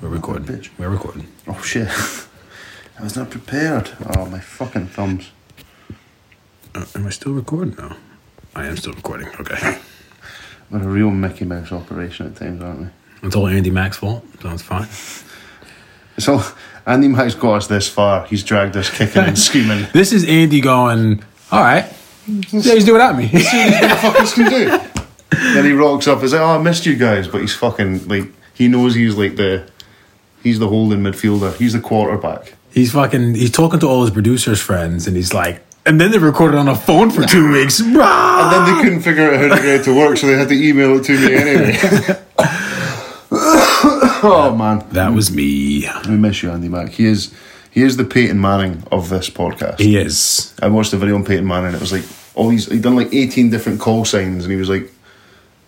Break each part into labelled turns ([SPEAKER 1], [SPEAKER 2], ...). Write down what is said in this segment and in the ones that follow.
[SPEAKER 1] recording.
[SPEAKER 2] bitch.
[SPEAKER 1] We're recording.
[SPEAKER 2] Oh shit. I was not prepared. Oh, my fucking thumbs.
[SPEAKER 1] Uh, am I still recording now? I am still recording. Okay.
[SPEAKER 2] We're a real Mickey Mouse operation at times, aren't we?
[SPEAKER 1] It's all Andy Mack's fault. Sounds fine.
[SPEAKER 2] It's all. Andy Mack's got us this far. He's dragged us kicking and screaming.
[SPEAKER 1] This is Andy going, all right. Yeah, he's doing at me.
[SPEAKER 2] what the fuck else can he do? Then he rocks up. He's like, "Oh, I missed you guys," but he's fucking like he knows he's like the he's the holding midfielder. He's the quarterback.
[SPEAKER 1] he's fucking, he's talking to all his producers' friends and he's like, and then they recorded on a phone for two weeks. Rah!
[SPEAKER 2] And then they couldn't figure out how to get it to work, so they had to email it to me anyway. oh man,
[SPEAKER 1] that was me.
[SPEAKER 2] we miss you, Andy Mack. He is he is the Peyton Manning of this podcast.
[SPEAKER 1] He is.
[SPEAKER 2] I watched the video on Peyton Manning. It was like all these. He'd done like eighteen different call signs, and he was like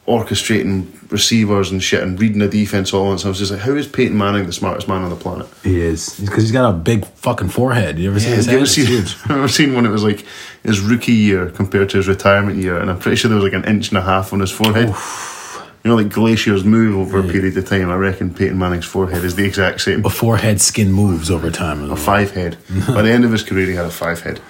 [SPEAKER 2] orchestrating receivers and shit, and reading the defense all. And so I was just like, how is Peyton Manning the smartest man on the planet?
[SPEAKER 1] He is. Because he's got a big fucking forehead. You ever seen
[SPEAKER 2] Yeah,
[SPEAKER 1] his
[SPEAKER 2] you ever
[SPEAKER 1] head? It's
[SPEAKER 2] seen,
[SPEAKER 1] huge.
[SPEAKER 2] I've ever seen one. It was like his rookie year compared to his retirement year, and I'm pretty sure there was like an inch and a half on his forehead. You know, like glaciers move over a period of time. I reckon Peyton Manning's forehead is the exact same.
[SPEAKER 1] A forehead skin moves over time. as well.
[SPEAKER 2] Five head. By the end of his career, he had a five head.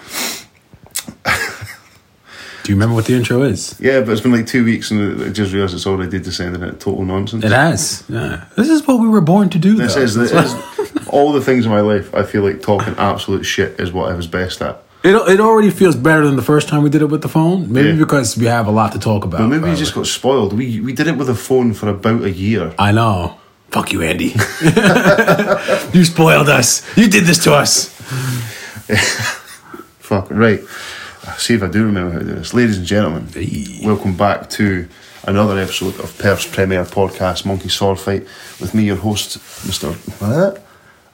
[SPEAKER 1] Do you remember what the intro is?
[SPEAKER 2] Yeah, but it's been like two weeks, and I just realised it's already descending into total nonsense.
[SPEAKER 1] It has. Yeah. This is what we were born to do.
[SPEAKER 2] This
[SPEAKER 1] though.
[SPEAKER 2] is, this
[SPEAKER 1] That's
[SPEAKER 2] is all the things in my life. I feel like talking absolute shit is what I was best at.
[SPEAKER 1] It, it already feels better than the first time we did it with the phone. Maybe
[SPEAKER 2] Yeah.
[SPEAKER 1] because we have a lot to talk about.
[SPEAKER 2] But maybe we
[SPEAKER 1] probably.
[SPEAKER 2] just got spoiled. We we did it with a phone for about a year.
[SPEAKER 1] I know. Fuck you, Andy. you spoiled us. You did this to us.
[SPEAKER 2] Fuck right. See if I do remember how to do this, ladies and gentlemen.
[SPEAKER 1] Hey.
[SPEAKER 2] Welcome back to another episode of Perth's premier podcast, Monkey Sword Fight, with me, your host, Mister. What?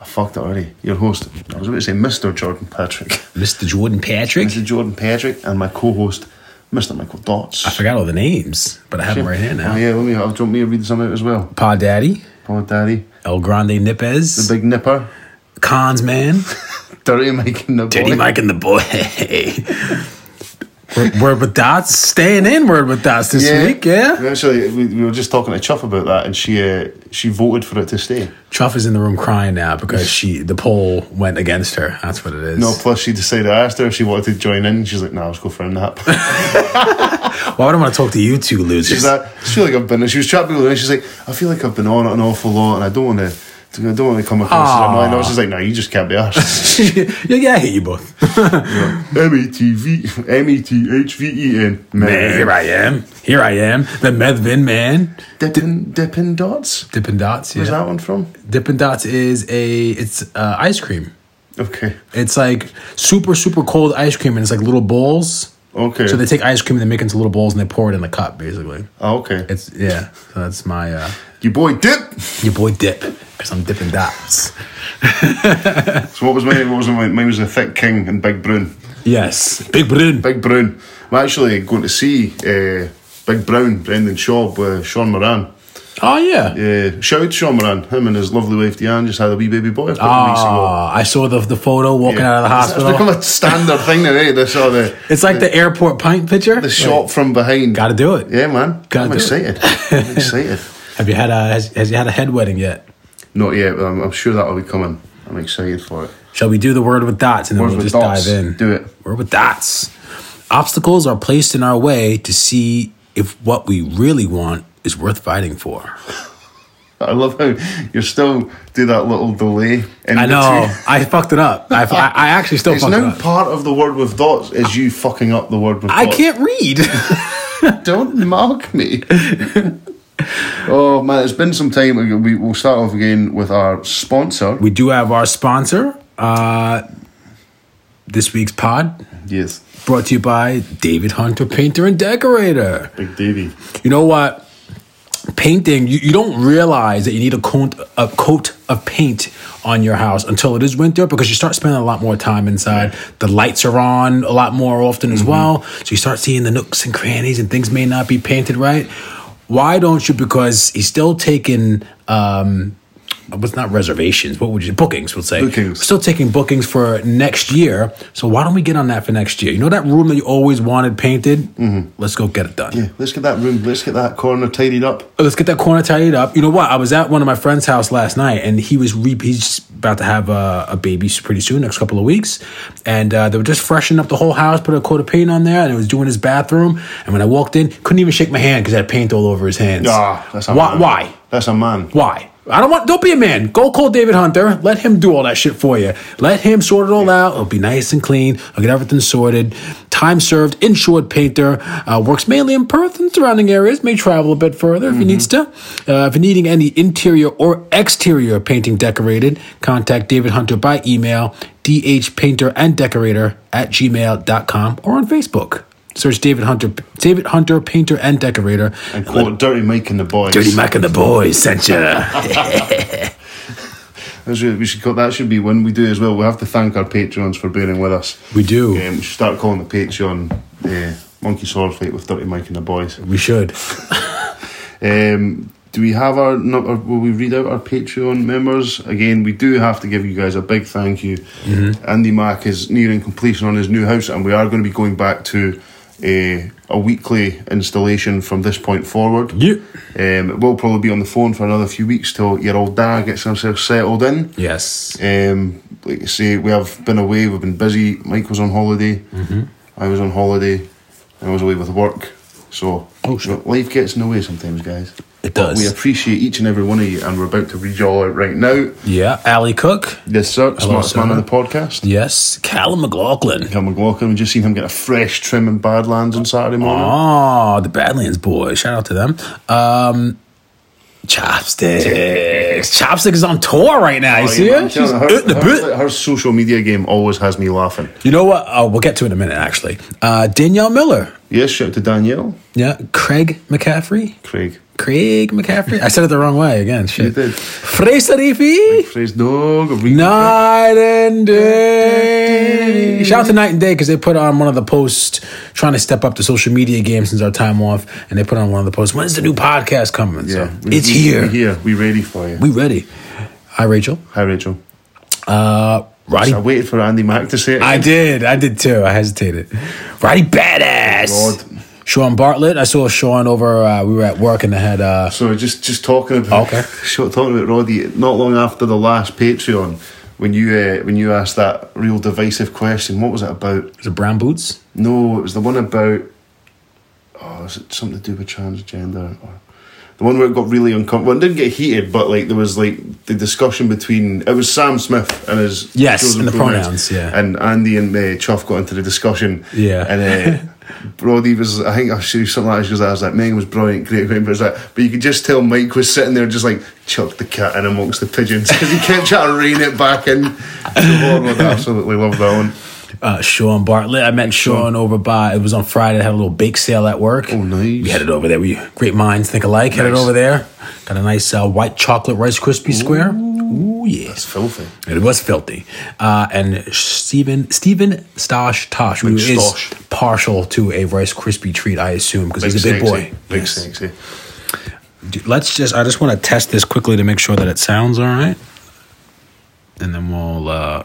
[SPEAKER 2] I fucked it already. Your host. I was about to say Mister Jordan Patrick.
[SPEAKER 1] Mr. Jordan Patrick.
[SPEAKER 2] Mister Jordan Patrick and my co-host, Mister Michael Dots.
[SPEAKER 1] I forgot all the names, but I have them right here now.
[SPEAKER 2] Oh yeah, let me. I'll jump me to read some out as well.
[SPEAKER 1] Pa Daddy,
[SPEAKER 2] Poor Daddy.
[SPEAKER 1] El Grande Nipez,
[SPEAKER 2] Big Nipper,
[SPEAKER 1] Cons Man,
[SPEAKER 2] Dirty Mike and the
[SPEAKER 1] Dirty
[SPEAKER 2] Boy.
[SPEAKER 1] Mike and the Boy. Word- Word with dots, staying in word with dots this week, yeah.
[SPEAKER 2] We Actually, we, we were just talking to Chuff about that, and she uh, she voted for it to stay.
[SPEAKER 1] Truff is in the room crying now because she the poll went against her. That's what it is.
[SPEAKER 2] No, plus she decided. I asked her if she wanted to join in. She's like, "Nah, let's go for a nap."
[SPEAKER 1] Why would I want to talk to you two
[SPEAKER 2] she's
[SPEAKER 1] losers?
[SPEAKER 2] like, "I feel like I've been." She was chatting with me, and she's like, "I feel like I've been on it an awful lot, and I don't want to." I don't want to come across as
[SPEAKER 1] Aw.
[SPEAKER 2] annoying. I was just like, "Nah, you just can't be arsed."
[SPEAKER 1] yeah, yeah, I hate you both.
[SPEAKER 2] M e t v m e t h v e n
[SPEAKER 1] Man, here I am. Here I am. The Medvin man.
[SPEAKER 2] dipping dipping dots.
[SPEAKER 1] Dippin' Dots.
[SPEAKER 2] Where's
[SPEAKER 1] Yeah.
[SPEAKER 2] that one from?
[SPEAKER 1] Dippin' Dots is a it's uh, ice cream.
[SPEAKER 2] Okay,
[SPEAKER 1] It's like super super cold ice cream, and it's like little bowls.
[SPEAKER 2] okay,
[SPEAKER 1] So they take ice cream and they make it into little bowls and they pour it in a cup, basically.
[SPEAKER 2] oh, okay.
[SPEAKER 1] It's yeah. So that's my uh,
[SPEAKER 2] You boy, dip.
[SPEAKER 1] your boy Dip because I'm dipping dots.
[SPEAKER 2] So what was mine? What was mine? Mine was the thick king and big brown.
[SPEAKER 1] Yes, Big Brun.
[SPEAKER 2] Big brown. I'm actually going to see uh, Big Brown, Brendan Shaw with Sean Moran.
[SPEAKER 1] Oh yeah.
[SPEAKER 2] Uh, shout out Sean Moran. Him and his lovely wife Deanne just had a wee baby boy a couple of weeks ago.
[SPEAKER 1] Ah, I saw the the photo walking out of the
[SPEAKER 2] It's-
[SPEAKER 1] hospital.
[SPEAKER 2] It's become a standard thing now, eh? This or the
[SPEAKER 1] It's like the airport pint picture.
[SPEAKER 2] the shot from behind.
[SPEAKER 1] Got to do it.
[SPEAKER 2] yeah, man.
[SPEAKER 1] Gotta
[SPEAKER 2] I'm
[SPEAKER 1] do it.
[SPEAKER 2] excited. I'm excited.
[SPEAKER 1] Have you had a has, has you had a head wedding yet?
[SPEAKER 2] Not yet, but I'm, I'm sure that'll be coming. I'm excited for it.
[SPEAKER 1] Shall we do the word with dots and then
[SPEAKER 2] Word
[SPEAKER 1] we'll
[SPEAKER 2] with
[SPEAKER 1] just
[SPEAKER 2] dots.
[SPEAKER 1] dive in?
[SPEAKER 2] Do it.
[SPEAKER 1] Word with dots. Obstacles are placed in our way to see if what we really want is worth fighting for.
[SPEAKER 2] I love how you still do that little delay. In
[SPEAKER 1] I know.
[SPEAKER 2] between.
[SPEAKER 1] I fucked it up. I, I, I actually still
[SPEAKER 2] It's
[SPEAKER 1] fucked it
[SPEAKER 2] now
[SPEAKER 1] up.
[SPEAKER 2] part of the word with dots is you fucking up the word with
[SPEAKER 1] I
[SPEAKER 2] dots.
[SPEAKER 1] can't read.
[SPEAKER 2] Don't mock me. oh man, it's been some time. We, we'll start off again with our sponsor.
[SPEAKER 1] we do have our sponsor. Uh, this week's pod
[SPEAKER 2] Yes,
[SPEAKER 1] brought to you by David Hunter, painter and decorator.
[SPEAKER 2] Big Davy.
[SPEAKER 1] You know what? Painting, you, you don't realize that you need a coat, a coat of paint on your house until it is winter because you start spending a lot more time inside. The lights are on a lot more often as well. So you start seeing the nooks and crannies and things may not be painted right. Why don't you? Because he's still taking um, what's not reservations? What would you bookings? We'll say
[SPEAKER 2] Bookings.
[SPEAKER 1] We're still taking bookings for next year. So why don't we get on that for next year? You know that room that you always wanted painted. Let's go get it done.
[SPEAKER 2] Yeah, let's get that room, let's get that corner tidied up.
[SPEAKER 1] Let's get that corner tidied up. You know what? I was at one of my friend's house last night, and he was re- he's about to have a, a baby s- pretty soon, next couple of weeks. And uh, they were just freshening up the whole house, put a coat of paint on there, and it was doing his bathroom. And when I walked in, couldn't even shake my hand because I had paint all over his hands.
[SPEAKER 2] Ah, that's a
[SPEAKER 1] why?
[SPEAKER 2] man.
[SPEAKER 1] Why?
[SPEAKER 2] That's a man.
[SPEAKER 1] Why? I don't want. Don't be a man. Go call David Hunter. Let him do all that shit for you. Let him sort it all out. It'll be nice and clean. I'll get everything sorted. Time served. Insured painter. Uh, works mainly in Perth and surrounding areas. May travel a bit further if he needs to. Uh, if you're needing any interior or exterior painting decorated, contact David Hunter by email dhpainter and decorator at gmail.com or on Facebook. Search David Hunter, David Hunter, painter and decorator.
[SPEAKER 2] And quote Dirty Mike and the Boys.
[SPEAKER 1] Dirty Mac and the boys sent you.
[SPEAKER 2] That's what we should call, that should be one we do as well. We have to thank our Patreons for bearing with us.
[SPEAKER 1] We do.
[SPEAKER 2] Um, we should start calling the Patreon uh, Monkey Sword Fight with Dirty Mike and the Boys.
[SPEAKER 1] We should.
[SPEAKER 2] Um, do we have our num- or Will we read out our Patreon members again? We do have to give you guys a big thank you.
[SPEAKER 1] Mm-hmm.
[SPEAKER 2] Andy Mack is nearing completion on his new house, and we are going to be going back to a, a weekly installation from this point forward.
[SPEAKER 1] Yeah.
[SPEAKER 2] Um, it will probably be on the phone for another few weeks till your old dad gets himself settled in.
[SPEAKER 1] Yes.
[SPEAKER 2] Um, like I say, we have been away. We've been busy. Mike was on holiday.
[SPEAKER 1] Mm-hmm.
[SPEAKER 2] I was on holiday. I was away with work. So
[SPEAKER 1] Oh, shit.
[SPEAKER 2] you know, life gets in the way sometimes, guys.
[SPEAKER 1] It
[SPEAKER 2] But
[SPEAKER 1] does.
[SPEAKER 2] We appreciate each and every one of you, and we're about to read you all out right now.
[SPEAKER 1] Yeah. Ali Cook.
[SPEAKER 2] Yes, sir. Smartest man
[SPEAKER 1] sir.
[SPEAKER 2] on the podcast.
[SPEAKER 1] Yes. Callum McLaughlin.
[SPEAKER 2] Cal McLaughlin. We just seen him get a fresh trim in Badlands on Saturday morning.
[SPEAKER 1] Oh, the Badlands boys. Shout out to them. Um, Chopsticks. Chopsticks is on tour right now. You
[SPEAKER 2] Oh, Yeah,
[SPEAKER 1] see
[SPEAKER 2] man,
[SPEAKER 1] her?
[SPEAKER 2] tell
[SPEAKER 1] She's
[SPEAKER 2] her-
[SPEAKER 1] in the
[SPEAKER 2] her-
[SPEAKER 1] bit.
[SPEAKER 2] her social media game always has me laughing.
[SPEAKER 1] You know what? Uh, we'll get to it in a minute, actually. Uh, Danielle Miller.
[SPEAKER 2] Yes, shout out to Danielle,
[SPEAKER 1] Yeah. Craig McCaffrey.
[SPEAKER 2] Craig.
[SPEAKER 1] Craig McCaffrey. I said it the wrong way again. Shit.
[SPEAKER 2] did.
[SPEAKER 1] Fraser Efi.
[SPEAKER 2] Praise dog. Read-
[SPEAKER 1] Night and day. Shout out to Night and Day because they put on one of the posts trying to step up the social media game since our time off, and they put on one of the posts. When's the new podcast coming?
[SPEAKER 2] Yeah,
[SPEAKER 1] so,
[SPEAKER 2] we-
[SPEAKER 1] it's
[SPEAKER 2] we-
[SPEAKER 1] here.
[SPEAKER 2] We here. We ready for you.
[SPEAKER 1] We ready? Hi, Rachel.
[SPEAKER 2] Hi, Rachel.
[SPEAKER 1] Roddy.
[SPEAKER 2] I waited for Andy Mack to say it.
[SPEAKER 1] I did. I did too. I hesitated. Roddy, badass.
[SPEAKER 2] God.
[SPEAKER 1] Sean Bartlett. I saw Sean over. Uh, we were at work and they had. Uh,
[SPEAKER 2] So just just talking about
[SPEAKER 1] Okay.
[SPEAKER 2] short talking about Roddy. Not long after the last Patreon, when you uh, when you asked that real divisive question, what was it about?
[SPEAKER 1] was it Brown Boots?
[SPEAKER 2] No, it was the one about. Oh, is it something to do with transgender or? The one where it got really uncomfortable. Well, it didn't get heated, but like there was like the discussion between it was Sam Smith and his
[SPEAKER 1] Yes,
[SPEAKER 2] chosen
[SPEAKER 1] and the pronouns, yeah.
[SPEAKER 2] and Andy and uh, Chuff got into the discussion.
[SPEAKER 1] Yeah.
[SPEAKER 2] And uh, Brody was, I think I should something like because I was like, Megan was brilliant, great, great, but, it was like, but you could just tell Mike was sitting there just like, chuck the cat in amongst the pigeons because he kept trying to rein it back in. So Lord would absolutely love that one.
[SPEAKER 1] uh, Sean Bartlett. I met Sean over by it was on Friday. I had a little bake sale at work. Oh,
[SPEAKER 2] nice.
[SPEAKER 1] We had it over there. We great minds think alike. Had it
[SPEAKER 2] Nice.
[SPEAKER 1] over there. Got a nice uh, white chocolate rice crispy square. Ooh, yes.
[SPEAKER 2] It's filthy.
[SPEAKER 1] It was filthy. Uh, and Stephen Stephen Stosh Tosh, who is
[SPEAKER 2] Stosh.
[SPEAKER 1] partial to a rice crispy treat, I assume, because he's a big
[SPEAKER 2] sexy.
[SPEAKER 1] boy.
[SPEAKER 2] Big
[SPEAKER 1] Yes.
[SPEAKER 2] sexy.
[SPEAKER 1] Dude, Let's just. I just want to test this quickly to make sure that it sounds all right, and then we'll. Uh,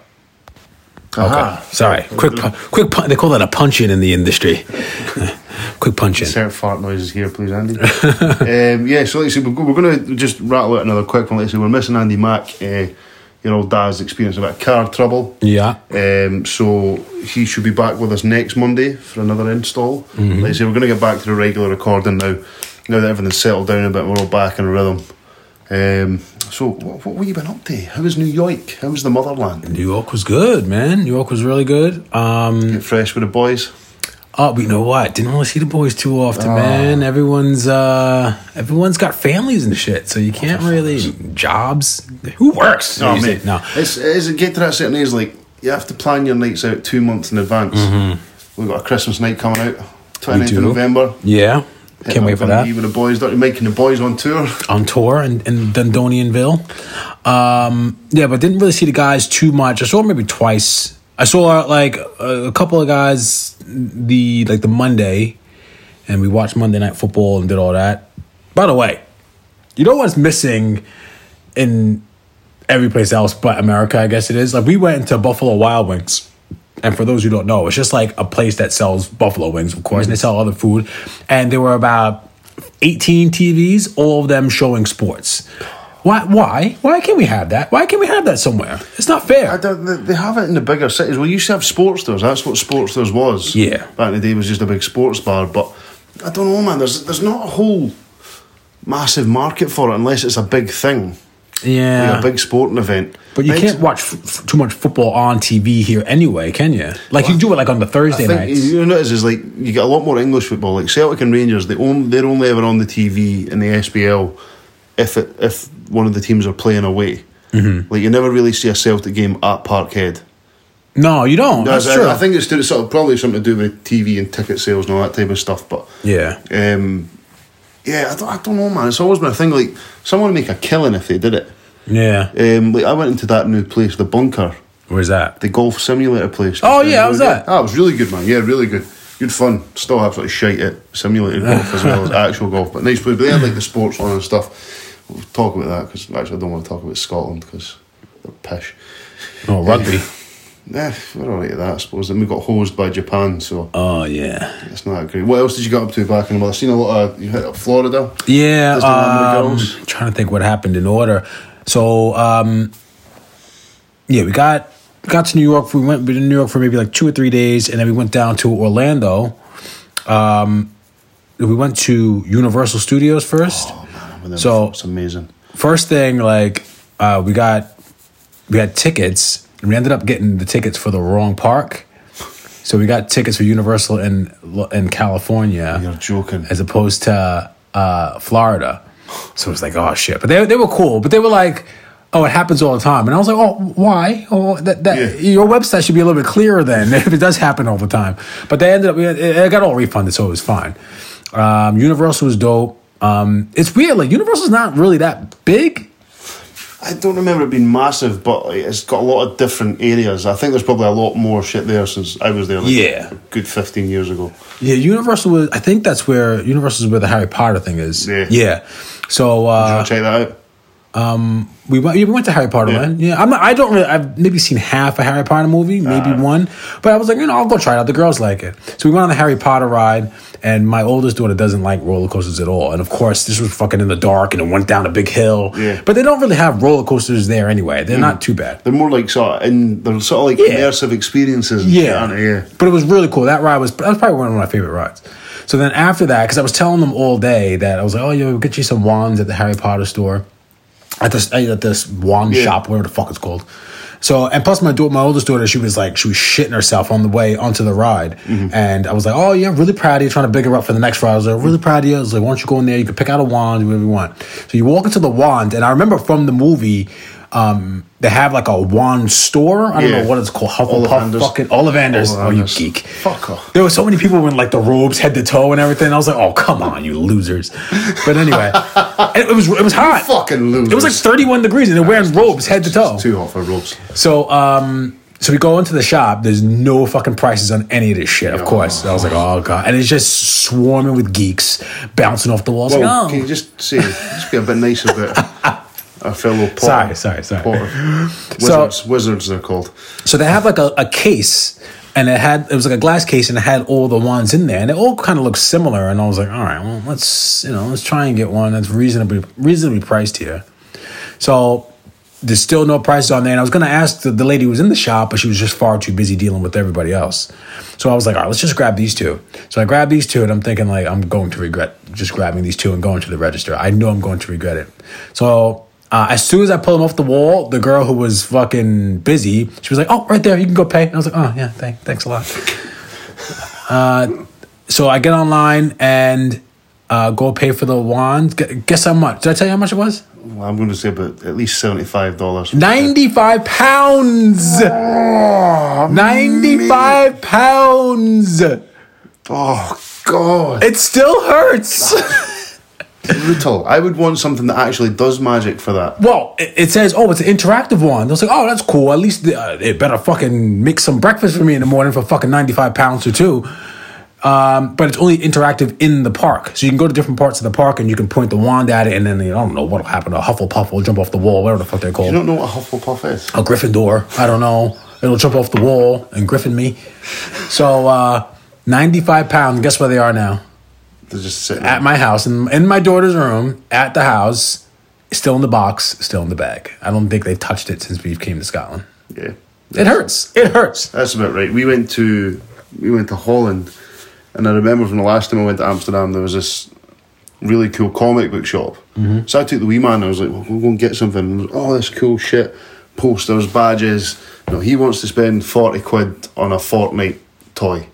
[SPEAKER 2] Aha.
[SPEAKER 1] Sorry, quick, pu- quick. Pun- they call that a punch in in the industry. quick punch in.
[SPEAKER 2] Insert fart noises here, please, Andy. um, yeah, so let's see. We're, go- we're going to just rattle out another quick one. Let's see. We're missing Andy Mack. Uh, your old dad's experience about car trouble.
[SPEAKER 1] Yeah.
[SPEAKER 2] Um, so he should be back with us next Monday for another install. Like I say, we're going to get back to the regular recording now. Now that everything's settled down a bit, we're all back in rhythm. Um, so what, what have you been up to? How is New York? How is the motherland?
[SPEAKER 1] New York was good, man. New York was really good. Um,
[SPEAKER 2] Get fresh with the boys.
[SPEAKER 1] oh, but you know what? Didn't really see the boys too
[SPEAKER 2] Oh.
[SPEAKER 1] often, man. Everyone's uh, everyone's got families and shit, so you can't really jobs. Who works?
[SPEAKER 2] No,
[SPEAKER 1] You
[SPEAKER 2] mate.
[SPEAKER 1] say- No.
[SPEAKER 2] It's, it's get to that certain age, like, you have to plan your nights out two months in advance. We've got a Christmas night coming out, 29th
[SPEAKER 1] do.
[SPEAKER 2] of November.
[SPEAKER 1] Yeah. Can't wait for
[SPEAKER 2] Gonna be
[SPEAKER 1] that.
[SPEAKER 2] With the boys, Dr. Mike and the boys on tour.
[SPEAKER 1] on tour in, in Dundonianville. Um, yeah, but didn't really see the guys too much. I saw maybe twice. I saw like a, a couple of guys the like the Monday, and we watched Monday Night Football and did all that. By the way, you know what's missing in every place else but America, I guess it is. Like we went to Buffalo Wild Wings. And for those who don't know, it's just like a place that sells buffalo wings, of course, and they sell other food. And there were about 18 TVs, all of them showing sports. Why? Why? Why can't we have that? Why can't we have that somewhere? It's not fair.
[SPEAKER 2] I don't, they- they have it in the bigger cities. We used to have sports stores. That's what sports stores was.
[SPEAKER 1] Yeah.
[SPEAKER 2] Back in the day, it was just a big sports bar. But I don't know, man. There's there's not a whole massive market for it unless it's a big thing,
[SPEAKER 1] yeah.
[SPEAKER 2] a big sporting event.
[SPEAKER 1] But you
[SPEAKER 2] Next-
[SPEAKER 1] can't watch f- f- too much football on TV here anyway, can you? Like you do it like on the Thursday
[SPEAKER 2] I think
[SPEAKER 1] nights.
[SPEAKER 2] you notice is like you get a lot more English football. Like Celtic and Rangers, they own, they're only ever on the TV in the SBL if it, if one of the teams are playing away. Mm-hmm. Like you never really see a Celtic game at Parkhead.
[SPEAKER 1] no, you don't.
[SPEAKER 2] No,
[SPEAKER 1] That's
[SPEAKER 2] I,
[SPEAKER 1] true.
[SPEAKER 2] I think it's to, sort of probably something to do with TV and ticket sales and all that type of stuff. But
[SPEAKER 1] yeah.
[SPEAKER 2] um, yeah, I don't, I don't know, man. It's always been a thing. Like someone would make a killing if they did it.
[SPEAKER 1] Yeah.
[SPEAKER 2] Um, like I went into that new place, the bunker,
[SPEAKER 1] Where's that?
[SPEAKER 2] the golf simulator place.
[SPEAKER 1] Oh, yeah, how was
[SPEAKER 2] Really
[SPEAKER 1] that?
[SPEAKER 2] good. Ah, it was really good, man. Yeah, really good. Good fun. Still absolutely shite at simulated golf as well as actual golf, but nice place. But they had like the sports on and stuff. We'll talk about that because actually I don't want to talk about Scotland because they're pish.
[SPEAKER 1] Oh, rugby.
[SPEAKER 2] Eh, we're alright at that, I suppose. And we got hosed by Japan, so
[SPEAKER 1] oh yeah.
[SPEAKER 2] It's not great. What else did you get up to back in the I've seen a lot of you hit up Florida.
[SPEAKER 1] Yeah.
[SPEAKER 2] Just the Wonder
[SPEAKER 1] Um,
[SPEAKER 2] Girls.
[SPEAKER 1] trying to think what happened in order. So um, yeah, we got got to New York. We went we were in New York for maybe like two or three days, and then we went down to Orlando. Um, we went to Universal Studios first. So-
[SPEAKER 2] it's amazing.
[SPEAKER 1] first thing like uh, we got we had tickets and we ended up getting the tickets for the wrong park so we got tickets for universal in in california
[SPEAKER 2] You're joking.
[SPEAKER 1] as opposed to uh, florida so it was like oh shit but they, they were cool but they were like oh it happens all the time and i was like oh why oh that, that
[SPEAKER 2] Yeah.
[SPEAKER 1] your website should be a little bit clearer then if it does happen all the time but they ended up it, it got all refunded so it was fine um, universal was dope um, it's weird like universal's not really that big
[SPEAKER 2] I don't remember it being massive, but like, it's got a lot of different areas. I think there's probably a lot more shit there since I was there. Like,
[SPEAKER 1] Yeah.
[SPEAKER 2] a good fifteen years ago.
[SPEAKER 1] Yeah, Universal was. I think that's where Universal is where the Harry Potter thing is.
[SPEAKER 2] Yeah.
[SPEAKER 1] So uh,
[SPEAKER 2] Check that out.
[SPEAKER 1] we went. Yeah, we went to Harry Potter
[SPEAKER 2] Yeah.
[SPEAKER 1] man. Yeah. I'm. Not, I don't. Really, I've maybe seen half a Harry Potter movie, maybe
[SPEAKER 2] Uh-huh.
[SPEAKER 1] one. But I was like, you know, I'll go try it out. The girls like it, so we went on the Harry Potter ride. And my oldest daughter doesn't like roller coasters at all. And of course, this was fucking in the dark, and it went down a big hill.
[SPEAKER 2] Yeah. Mm-hmm.
[SPEAKER 1] But they don't really have roller coasters there anyway. They're not too bad.
[SPEAKER 2] They're more like sort of in. They're sort of like
[SPEAKER 1] Yeah.
[SPEAKER 2] immersive experiences. and shit,
[SPEAKER 1] Yeah,
[SPEAKER 2] aren't they? yeah.
[SPEAKER 1] But it was really cool. That ride was that was probably one of my favorite rides. So then after that, because I was telling them all day that I was like, "Oh, yeah, we'll get you some wands at the Harry Potter store, at this at this wand
[SPEAKER 2] Yeah.
[SPEAKER 1] shop, whatever the fuck it's called." So and plus my daughter, my oldest daughter, she was like she was shitting herself on the way onto the ride,
[SPEAKER 2] Mm-hmm.
[SPEAKER 1] and I was like, "Oh yeah, really proud of you." Trying to big her up for the next ride, I was like, "Really proud of you." I was like, "Why don't you go in there? You can pick out a wand, whatever you want." So you walk into the wand, and I remember from the movie. Um, they have like a wand store. I don't
[SPEAKER 2] Yeah.
[SPEAKER 1] know what it's called. Hufflepuff,
[SPEAKER 2] Ollivanders.
[SPEAKER 1] fucking Ollivanders. Oh, you
[SPEAKER 2] Ollivanders.
[SPEAKER 1] geek.
[SPEAKER 2] Fuck off.
[SPEAKER 1] There were so many people in like the robes, head to toe, and everything. I was like, oh, come on, you losers. But anyway, and it was it was hot.
[SPEAKER 2] Fucking losers.
[SPEAKER 1] It was like 31 degrees, and they're wearing robes, head to toe.
[SPEAKER 2] Too hot for ropes.
[SPEAKER 1] So, um, so we go into the shop. There's no fucking prices on any of this shit, of course. I was like, oh god, and it's just swarming with geeks bouncing off the walls.
[SPEAKER 2] Well,
[SPEAKER 1] like, oh.
[SPEAKER 2] can you just say, just be a bit nice about our fellow Potter?
[SPEAKER 1] Sorry, sorry, sorry.
[SPEAKER 2] Potter.
[SPEAKER 1] So-
[SPEAKER 2] Wizards, wizards, they're called.
[SPEAKER 1] So they have like a, a case and it had it was like a glass case and it had all the wands in there and it all kind of looked similar and I was like, all right, well let's you know, let's try and get one that's reasonably reasonably priced here. So there's still no prices on there. And I was going to ask the, the lady who was in the shop, but she was just far too busy dealing with everybody else. So I was like, all right, let's just grab these two. So I grabbed these two, and I'm thinking, like, I'm going to regret just grabbing these two and going to the register. I know I'm going to regret it. So uh, as soon as I pull them off the wall, the girl who was fucking busy, she was like, oh, right there, you can go pay. And I was like, oh, yeah, thank, thanks a lot Uh, so I get online and uh, go pay for the wand. Gu- Guess how much? Did I tell you how much it was?
[SPEAKER 2] Well, I'm going to say about at least seventy-five dollars.
[SPEAKER 1] 95 pounds!
[SPEAKER 2] Ah,
[SPEAKER 1] 95 pounds!
[SPEAKER 2] Oh God!
[SPEAKER 1] It still hurts!
[SPEAKER 2] brutal. I would want something that actually does magic for that.
[SPEAKER 1] well, it, it says, oh, it's an interactive wand. I was like, oh, that's cool. At least uh, it better fucking make some breakfast for me in the morning for fucking 95 pounds or two. Um, but it's only interactive in the park. So you can go to different parts of the park and you can point the wand at it, and then you know, I don't know what'll happen. A Hufflepuff will jump off the wall, whatever the fuck they're
[SPEAKER 2] You
[SPEAKER 1] called.
[SPEAKER 2] don't know what a Hufflepuff is.
[SPEAKER 1] a Gryffindor. I don't know. It'll jump off the wall and griffin me. So uh, 95 pounds. Guess where they are now?
[SPEAKER 2] They're just sitting.
[SPEAKER 1] At my house, in, in my daughter's room, at the house, still in the box, still in the bag. I don't think they've touched it since we came to Scotland.
[SPEAKER 2] yeah,
[SPEAKER 1] It hurts. It hurts.
[SPEAKER 2] that's about right. We went to we went to Holland, and I remember from the last time I went to Amsterdam, there was this really cool comic book shop. So I took the wee man. and I was like, "Well, we'll go and get something." And there was all this cool shit, posters, badges. You know, he wants to spend forty quid on a Fortnite toy.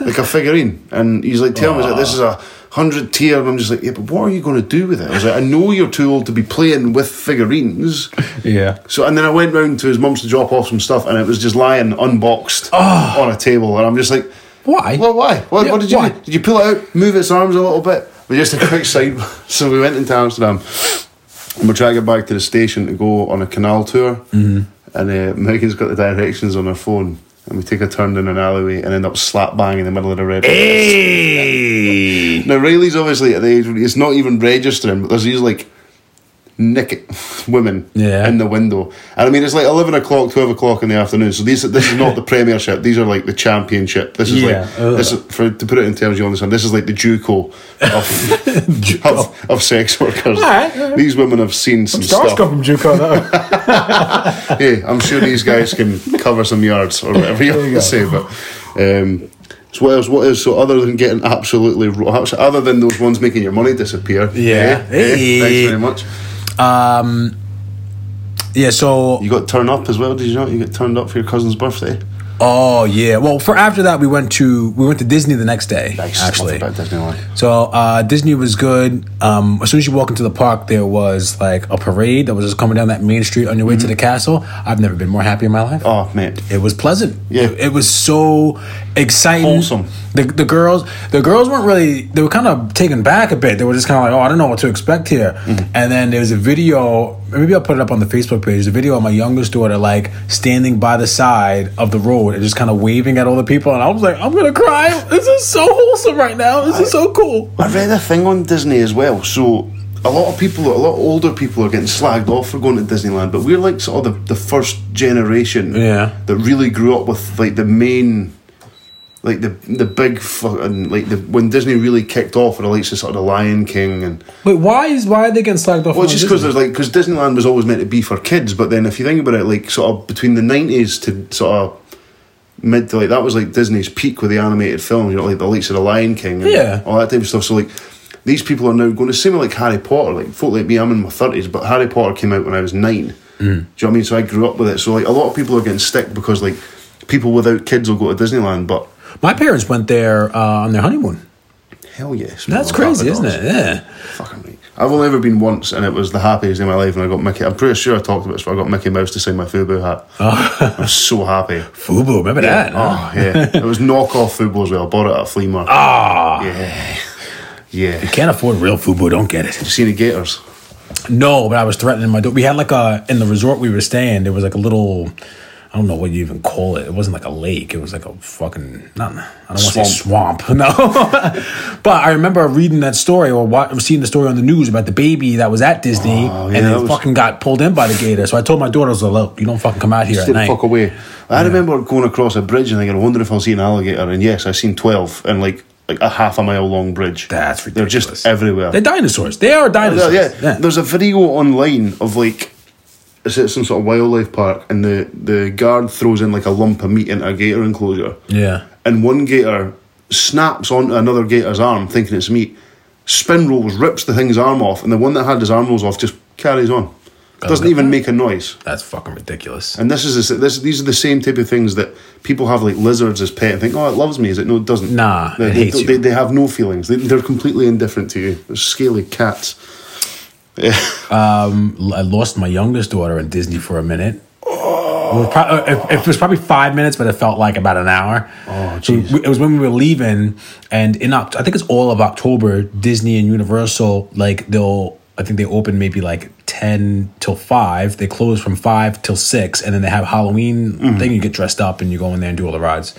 [SPEAKER 2] like a figurine. And he's like, tell me, he's like, this is a hundred tier. And I'm just like, yeah, but what are you going to do with it? I was like, I know you're too old to be playing with figurines.
[SPEAKER 1] Yeah.
[SPEAKER 2] So, and then I went round to his mum's to drop off some stuff, and it was just lying unboxed on a table. And I'm just like,
[SPEAKER 1] Ah. Why?
[SPEAKER 2] Well, why? What,
[SPEAKER 1] Yeah,
[SPEAKER 2] what did you
[SPEAKER 1] why?
[SPEAKER 2] do? Did you pull it out, move its arms a little bit? But just a quick side. So we went into Amsterdam, and we're trying to get back to the station to go on a canal tour. Mm-hmm. And uh, Megan's got the directions on her phone, and we take a turn down an alleyway and end up slap bang in the middle of the red.
[SPEAKER 1] Hey!
[SPEAKER 2] Now Riley's obviously at the age where it's not even registering, but there's these like naked women
[SPEAKER 1] Yeah.
[SPEAKER 2] in the window, and I mean it's like eleven o'clock, twelve o'clock in the afternoon. So these this is not the Premiership; these are like the Championship. This is
[SPEAKER 1] Yeah,
[SPEAKER 2] like this is, for to put it in terms you understand. This is like the JUCO of of, of sex workers.
[SPEAKER 1] Alright, alright.
[SPEAKER 2] These women have seen some
[SPEAKER 1] Stars
[SPEAKER 2] stuff.
[SPEAKER 1] come from Juco, though.
[SPEAKER 2] Hey, I'm sure these guys can cover some yards or whatever you,
[SPEAKER 1] you
[SPEAKER 2] want
[SPEAKER 1] go.
[SPEAKER 2] to say. But um, so what else? What is so other than getting absolutely ro- other than those ones making your money disappear?
[SPEAKER 1] Yeah.
[SPEAKER 2] eh, eh,
[SPEAKER 1] Hey.
[SPEAKER 2] thanks very much.
[SPEAKER 1] um, yeah, so
[SPEAKER 2] You got turned up as well, did you not? You got turned up for your cousin's birthday.
[SPEAKER 1] Oh yeah. Well, for after that, we went to we went to Disney the next day.
[SPEAKER 2] Nice.
[SPEAKER 1] Actually,
[SPEAKER 2] Nothing about Disneyland.
[SPEAKER 1] so uh, Disney was good. Um, as soon as you walk into the park, there was like a parade that was just coming down that main street on your way to the castle. I've never been more happy in my life.
[SPEAKER 2] Mm-hmm. Oh mate,
[SPEAKER 1] It was pleasant.
[SPEAKER 2] Yeah.
[SPEAKER 1] It, it was so exciting.
[SPEAKER 2] Wholesome.
[SPEAKER 1] The, the girls the girls weren't really they were kind of taken back a bit. They were just kind of like, oh, I don't know what to expect here.
[SPEAKER 2] Mm-hmm.
[SPEAKER 1] And then there's a video. Maybe I'll put it up on the Facebook page. There's a video of my youngest daughter like standing by the side of the road and just kind of waving at all the people. And I was like, I'm gonna cry. This is so wholesome right now. This is so cool.
[SPEAKER 2] I read a thing on Disney as well. So a lot of people, a lot of older people, are getting slagged off for going to Disneyland, but we're like sort of the, the first generation
[SPEAKER 1] Yeah.
[SPEAKER 2] that really grew up with like the main. Like the the big fucking like the when Disney really kicked off with the likes of sort of the Lion King and
[SPEAKER 1] Wait, why is why are they getting slagged off?
[SPEAKER 2] well
[SPEAKER 1] on
[SPEAKER 2] it's just because
[SPEAKER 1] Disney?
[SPEAKER 2] there's like because Disneyland was always meant to be for kids but then if you think about it like sort of between the nineties to sort of mid to like that was like Disney's peak with the animated films you know like the likes of the Lion King and
[SPEAKER 1] Yeah.
[SPEAKER 2] all that type of stuff so like these people are now going to same like Harry Potter like folk like me I'm in my thirties but Harry Potter came out when I was nine do you know what I mean so I grew up with it so like a lot of people are getting stick because like people without kids will go to Disneyland but
[SPEAKER 1] my parents went there uh, on their honeymoon.
[SPEAKER 2] hell yes
[SPEAKER 1] That's
[SPEAKER 2] man, I'll have
[SPEAKER 1] crazy, isn't
[SPEAKER 2] dogs.
[SPEAKER 1] it? Yeah.
[SPEAKER 2] Fucking right. I've only ever been once, and it was the happiest day of my life. And I got Mickey. I'm pretty sure I talked about this, but I got Mickey Mouse to sign my Fubu hat.
[SPEAKER 1] Oh.
[SPEAKER 2] I was so happy.
[SPEAKER 1] Fubu, remember that? huh?
[SPEAKER 2] Oh yeah, it was knockoff Fubu as well. I bought it at a flea market.
[SPEAKER 1] Ah.
[SPEAKER 2] Yeah, yeah.
[SPEAKER 1] Can't afford real Fubu, don't get it.
[SPEAKER 2] You seen the Gators?
[SPEAKER 1] No, but I was threatening my daughter. We had like a in the resort we were staying. There was like a little, I don't know what you even call it. It wasn't like a lake. It was like a fucking not. I don't want to say swamp. No, but I remember reading that story or wa seeing the story on the news about the baby that was at Disney
[SPEAKER 2] Oh,
[SPEAKER 1] and
[SPEAKER 2] yeah, that
[SPEAKER 1] then
[SPEAKER 2] was-
[SPEAKER 1] fucking got pulled in by the gator. So I told my daughter, I was like, "Look, you don't fucking come out here at
[SPEAKER 2] Stay the
[SPEAKER 1] night."
[SPEAKER 2] fuck away. I remember going across a bridge and thinking, I wonder if I'll see an alligator. And yes, I seen twelve and like like a half a mile long bridge.
[SPEAKER 1] That's
[SPEAKER 2] They're
[SPEAKER 1] ridiculous.
[SPEAKER 2] just everywhere.
[SPEAKER 1] They're dinosaurs. They are
[SPEAKER 2] Yeah,
[SPEAKER 1] dinosaurs.
[SPEAKER 2] yeah.
[SPEAKER 1] yeah.
[SPEAKER 2] There's a video online of like it's at some sort of wildlife park, and the the guard throws in like a lump of meat into a gator enclosure,
[SPEAKER 1] Yeah.
[SPEAKER 2] and one gator snaps onto another gator's arm, thinking it's meat. Spin rolls, rips the thing's arm off, and the one that had his arm rolls off just carries on. Doesn't
[SPEAKER 1] Okay.
[SPEAKER 2] even make a noise.
[SPEAKER 1] That's fucking ridiculous.
[SPEAKER 2] And this is the s this. These are the same type of things that people have like lizards as pet and think, oh, it loves me. Is it? No, it doesn't.
[SPEAKER 1] Nah,
[SPEAKER 2] they,
[SPEAKER 1] it
[SPEAKER 2] they,
[SPEAKER 1] hates
[SPEAKER 2] don't-
[SPEAKER 1] you.
[SPEAKER 2] they, they have no feelings. They, they're completely indifferent to you. They're scaly cats.
[SPEAKER 1] L- I lost my youngest daughter in Disney for a minute. It was, pro- it, it was probably five minutes, but it felt like about an hour. Oh,
[SPEAKER 2] jeez.
[SPEAKER 1] it was when we were leaving, and in Oct- I think it's all of October. Disney and Universal, like they'll, I think they open maybe like ten till five. They close from five till six, and then they have Halloween thing. You get dressed up and you go in there and do all the rides.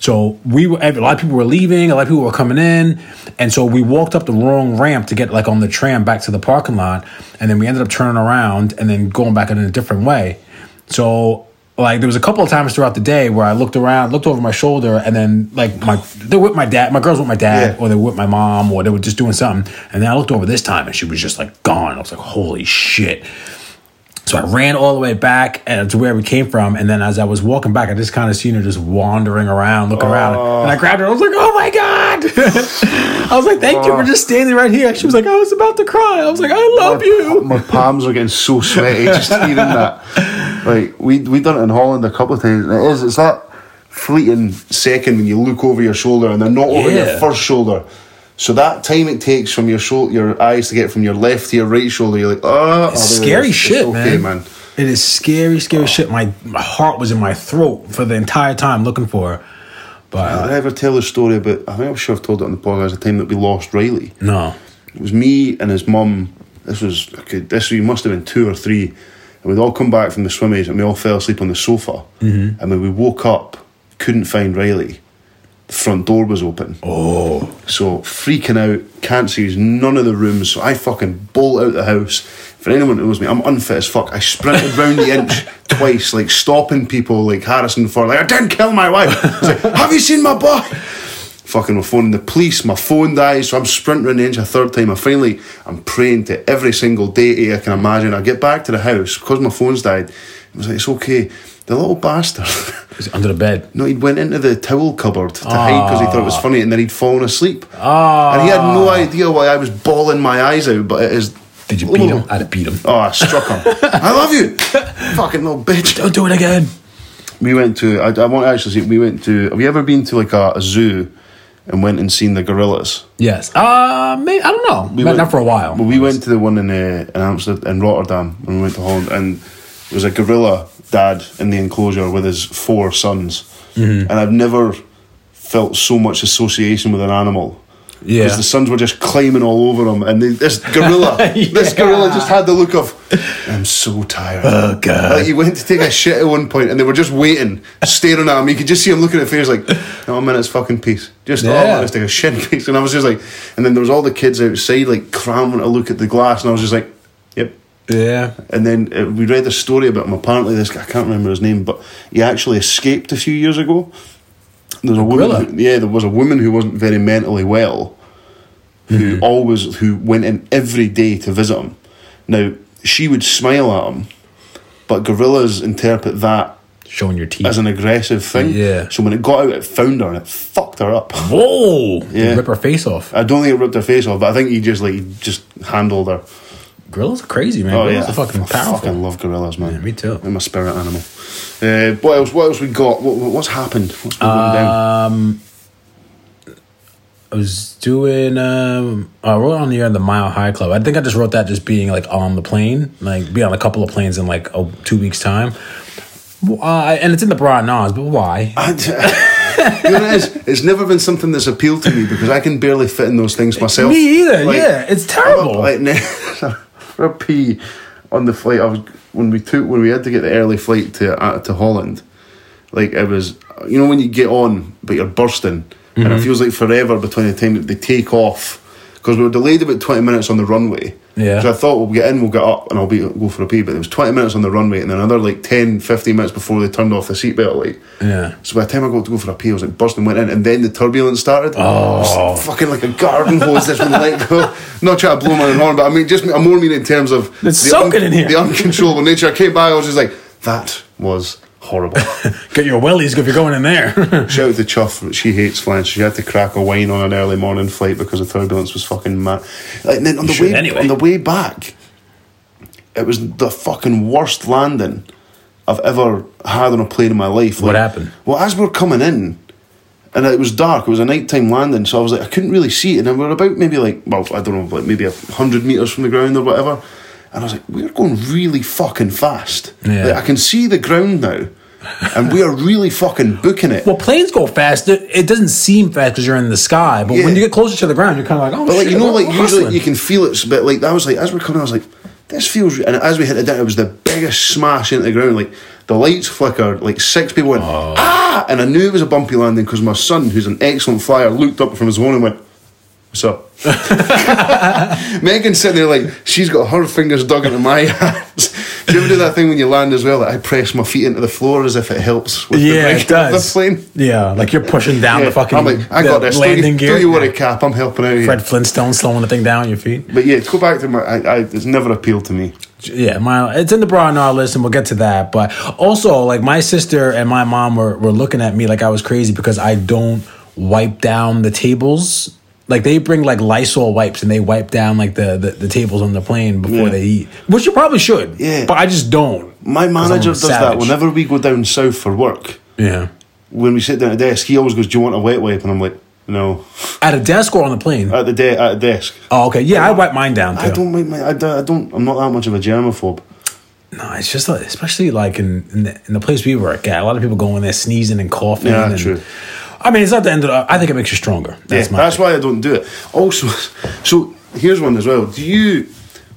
[SPEAKER 1] So we were a lot of people were leaving, a lot of people were coming in, and so we walked up the wrong ramp to get like on the tram back to the parking lot, and then we ended up turning around and then going back in a different way. So like there was a couple of times throughout the day where I looked around, looked over my shoulder, and then like my they're with my dad, my girls with my dad,
[SPEAKER 2] Yeah.
[SPEAKER 1] or they were with my mom, or they were just doing something, and then I looked over this time and she was just like gone. I was like, holy shit. So I ran all the way back uh, to where we came from, and then as I was walking back, I just kind of seen her just wandering around, looking around, and I grabbed her. I was like, "Oh my god!" I was like, "Thank you for just standing right here." She was like, "I was about to cry." I was like, "I love you."
[SPEAKER 2] My palms are getting so sweaty just hearing that. Like we we done it in Holland a couple of times, and it is it's that fleeting second when you look over your shoulder and they're not over
[SPEAKER 1] Yeah.
[SPEAKER 2] your first shoulder. So that time it takes from your shoulder, your eyes to get from your left to your right shoulder, you're like, oh,
[SPEAKER 1] It's scary shit,
[SPEAKER 2] okay, Oh.
[SPEAKER 1] man. It is scary, scary shit. My my heart was in my throat for the entire time looking for her, but uh,
[SPEAKER 2] Did I ever tell the story about? I think I'm sure I've told it on the podcast. The time that we lost Riley.
[SPEAKER 1] no,
[SPEAKER 2] It was me and his mum. This was okay, this we must have been two or three, and we'd all come back from the swimmies and we all fell asleep on the sofa. Mm-hmm. And when we woke up, couldn't find Riley. The front door was open,
[SPEAKER 1] oh,
[SPEAKER 2] so freaking out, can't see who's none of the rooms. So I fucking bolt out the house. For anyone who knows me, I'm unfit as fuck. I sprinted round the inch twice, like stopping people, like Harrison Ford, like I didn't kill my wife. I was like, Have you seen my boy? fucking my phone in the police, my phone dies, so I'm sprinting around the inch a third time. I finally, I'm praying to every single deity I can imagine. I get back to the house because my phone's died. I was like, it's okay. The little bastard,
[SPEAKER 1] it's under the bed.
[SPEAKER 2] no, he'd went into the towel cupboard to hide because he thought it was funny, and then he'd fallen asleep.
[SPEAKER 1] Ah.
[SPEAKER 2] And he had no idea why I was bawling my eyes out, but it is.
[SPEAKER 1] Did you beat him? I'd have beat him.
[SPEAKER 2] Oh, I struck him. I love you, fucking little bitch.
[SPEAKER 1] Don't do it again.
[SPEAKER 2] We went to. I, I want to actually see. We went to. Have you ever been to like a, a zoo, and went and seen the gorillas?
[SPEAKER 1] Yes. Uh, may, I don't know. Not-
[SPEAKER 2] went-
[SPEAKER 1] not for a while.
[SPEAKER 2] Well, we went to the one in uh, in Amsterdam, in Rotterdam, when we went to Holland, and there was a gorilla dad in the enclosure with his four sons,
[SPEAKER 1] Mm-hmm.
[SPEAKER 2] and I've never felt so much association with an animal.
[SPEAKER 1] Yeah.
[SPEAKER 2] Because the sons were just climbing all over him, and they, this gorilla, this gorilla just had the look of, I'm so tired.
[SPEAKER 1] Oh, God.
[SPEAKER 2] Like he went to take a shit at one point, and they were just waiting, staring at him. You could just see him looking at face like, "No, I'm in its fucking peace. Just oh,
[SPEAKER 1] Yeah.
[SPEAKER 2] I'm just take a shit in peace." And I was just like, and then there was all the kids outside like cramming to look at the glass, and I was just like, "Yep."
[SPEAKER 1] yeah.
[SPEAKER 2] And then uh, we read a story about him. Apparently, this guy, I can't remember his name, but he actually escaped a few years ago. There's a
[SPEAKER 1] gorilla?
[SPEAKER 2] woman. Who, yeah, there was a woman who wasn't very mentally well, who
[SPEAKER 1] Mm-hmm.
[SPEAKER 2] always who went in every day to visit him. Now she would smile at him, but gorillas interpret that
[SPEAKER 1] Showing your teeth.
[SPEAKER 2] as an aggressive thing.
[SPEAKER 1] Yeah.
[SPEAKER 2] So when it got out, it found her and it fucked her up.
[SPEAKER 1] Whoa!
[SPEAKER 2] Yeah. Uh,
[SPEAKER 1] Rip her face off.
[SPEAKER 2] I don't think it ripped her face off, but I think he just like he just handled her.
[SPEAKER 1] Gorillas are crazy, man.
[SPEAKER 2] Oh
[SPEAKER 1] gorillas
[SPEAKER 2] yeah,
[SPEAKER 1] are fucking
[SPEAKER 2] I
[SPEAKER 1] powerful.
[SPEAKER 2] fucking love gorillas, man.
[SPEAKER 1] Yeah, me too.
[SPEAKER 2] They're my spirit animal. Uh, what else? What else we got? What, what- what's happened? What's been going down?
[SPEAKER 1] I was doing. Um, I wrote on the air the Mile High Club. I think I just wrote that just being like on the plane, like be on a couple of planes in like a, two weeks time. Well, Uh, and it's in the Bra Nas, but why?
[SPEAKER 2] I d-
[SPEAKER 1] Uh,
[SPEAKER 2] you know, what it is? It's never been something that's appealed to me because I can barely fit in those things myself.
[SPEAKER 1] Me either. yeah, it's
[SPEAKER 2] I'm
[SPEAKER 1] terrible.
[SPEAKER 2] up, like, ne- for a pee on the flight. I was when we took when we had to get the early flight to uh, to Holland. Like it was, you know, when you get on but you're bursting, and
[SPEAKER 1] Mm-hmm.
[SPEAKER 2] it feels like forever between the time that they take off because we were delayed about twenty minutes on the runway.
[SPEAKER 1] Yeah.
[SPEAKER 2] So I thought we'll get in, we'll get up, and I'll be go for a pee. But there was twenty minutes on the runway, and then another like 10, 15 minutes before they turned off the seatbelt light.
[SPEAKER 1] Yeah.
[SPEAKER 2] So by the time I got to go for a pee, I was like bursting, went in, and then the turbulence started. Oh, fucking like a garden hose. This one let go. Not trying to blow my own horn, but I mean, just I more mean in terms of
[SPEAKER 1] It's soaking in here.
[SPEAKER 2] the uncontrollable nature. I came by, I was just like, that was horrible.
[SPEAKER 1] Get your wellies if you're going in there.
[SPEAKER 2] Shout out to Chuff, she hates flying. so She had to crack a wine on an early morning flight because the turbulence was fucking mad. Like, and then on the
[SPEAKER 1] should
[SPEAKER 2] way
[SPEAKER 1] anyway.
[SPEAKER 2] on the way back, it was the fucking worst landing I've ever had on a plane in my life.
[SPEAKER 1] What
[SPEAKER 2] Like,
[SPEAKER 1] happened?
[SPEAKER 2] Well, as we we're coming in, and it was dark. It was a nighttime landing, so I was like, I couldn't really see it. And then we were about maybe like, well, I don't know, like maybe a hundred meters from the ground or whatever. And I was like, we're going really fucking fast.
[SPEAKER 1] Yeah.
[SPEAKER 2] Like, I can see the ground now, and we are really fucking booking it.
[SPEAKER 1] well, planes go fast. It, it doesn't seem fast because you're in the sky, but when
[SPEAKER 2] Yeah.
[SPEAKER 1] you get closer to the ground, you're kind of like, oh,
[SPEAKER 2] But like
[SPEAKER 1] shit,
[SPEAKER 2] you know,
[SPEAKER 1] we're-
[SPEAKER 2] like
[SPEAKER 1] we're
[SPEAKER 2] usually
[SPEAKER 1] hustling.
[SPEAKER 2] you can feel it. But like that was like as we're coming, I was like, this feels. And as we hit it down, it was the biggest smash into the ground. Like the lights flickered. Like six people went ah, and I knew it was a bumpy landing because my son, who's an excellent flyer, looked up from his phone and went, "What's up?" Megan's sitting there like she's got her fingers dug into my hands. Do you ever do that thing when you land as well? That I press my feet into the floor as if it helps with the
[SPEAKER 1] Yeah,
[SPEAKER 2] break
[SPEAKER 1] it does.
[SPEAKER 2] of the plane.
[SPEAKER 1] Yeah, like you're pushing down
[SPEAKER 2] Yeah,
[SPEAKER 1] the fucking
[SPEAKER 2] I'm like, I
[SPEAKER 1] the
[SPEAKER 2] got this.
[SPEAKER 1] landing
[SPEAKER 2] do you,
[SPEAKER 1] gear.
[SPEAKER 2] do you worry,
[SPEAKER 1] Yeah.
[SPEAKER 2] Cap. I'm helping out here.
[SPEAKER 1] Fred Flintstone slowing the thing down your feet.
[SPEAKER 2] But yeah, to go back to my, I, I, it's never appealed to me.
[SPEAKER 1] Yeah, my it's in the bra and all list, and we'll get to that. But also, like my sister and my mom were were looking at me like I was crazy because I don't wipe down the tables. Like they bring like Lysol wipes and they wipe down like the the, the tables on the plane before
[SPEAKER 2] Yeah.
[SPEAKER 1] they eat, which you probably should.
[SPEAKER 2] Yeah.
[SPEAKER 1] but I just don't.
[SPEAKER 2] My manager does that
[SPEAKER 1] savage.
[SPEAKER 2] whenever we go down south for work.
[SPEAKER 1] Yeah,
[SPEAKER 2] When we sit down at the desk, he always goes, "Do you want a wet wipe?" And I'm like, "No."
[SPEAKER 1] at a desk or on the plane.
[SPEAKER 2] At the de- at the desk,
[SPEAKER 1] oh, okay. Yeah, I wipe mine down too.
[SPEAKER 2] Uh, I don't like my. I, don't- I don't. I'm not that much of a germaphobe.
[SPEAKER 1] No, it's just like, especially like in in the, in the place we work at. A lot of people go in there sneezing and coughing.
[SPEAKER 2] Yeah,
[SPEAKER 1] and,
[SPEAKER 2] true.
[SPEAKER 1] I mean, it's not the end of. the... I think it makes you stronger. That's
[SPEAKER 2] That's,
[SPEAKER 1] my.
[SPEAKER 2] that's why I don't do it. Also, so here's one as well. Do you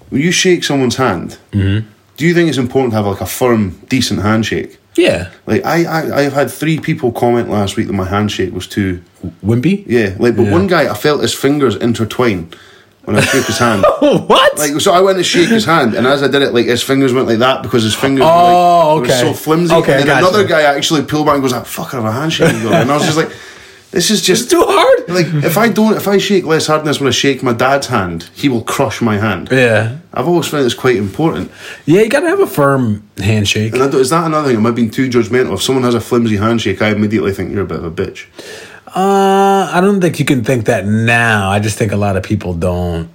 [SPEAKER 2] when you shake someone's hand? Do you think it's important to have like a firm, decent handshake?
[SPEAKER 1] yeah,
[SPEAKER 2] Like I, I, I've had three people comment last week that my handshake was too
[SPEAKER 1] wimpy.
[SPEAKER 2] Yeah, like but
[SPEAKER 1] Yeah.
[SPEAKER 2] one guy, I felt his fingers intertwine when I shook his hand.
[SPEAKER 1] what?
[SPEAKER 2] Like so, I went to shake his hand, and as I did it, like his fingers went like that because his fingers
[SPEAKER 1] Oh,
[SPEAKER 2] were like, they
[SPEAKER 1] okay.
[SPEAKER 2] were so flimsy.
[SPEAKER 1] Okay,
[SPEAKER 2] and then
[SPEAKER 1] gotcha.
[SPEAKER 2] another guy actually pulled back and goes, "Ah, "That fucker of a handshake," you got." and I was just like, "This is just."
[SPEAKER 1] it's too hard.
[SPEAKER 2] like if I don't, if I shake less hard than this when I shake my dad's hand, he will crush my hand.
[SPEAKER 1] Yeah,
[SPEAKER 2] I've always found it's quite important.
[SPEAKER 1] yeah. You gotta have a firm handshake.
[SPEAKER 2] And I don't, is that another thing? Am I being too judgmental? If someone has a flimsy handshake, I immediately think you're a bit of a bitch.
[SPEAKER 1] Uh, I don't think you can think that now. I just think a lot of people don't.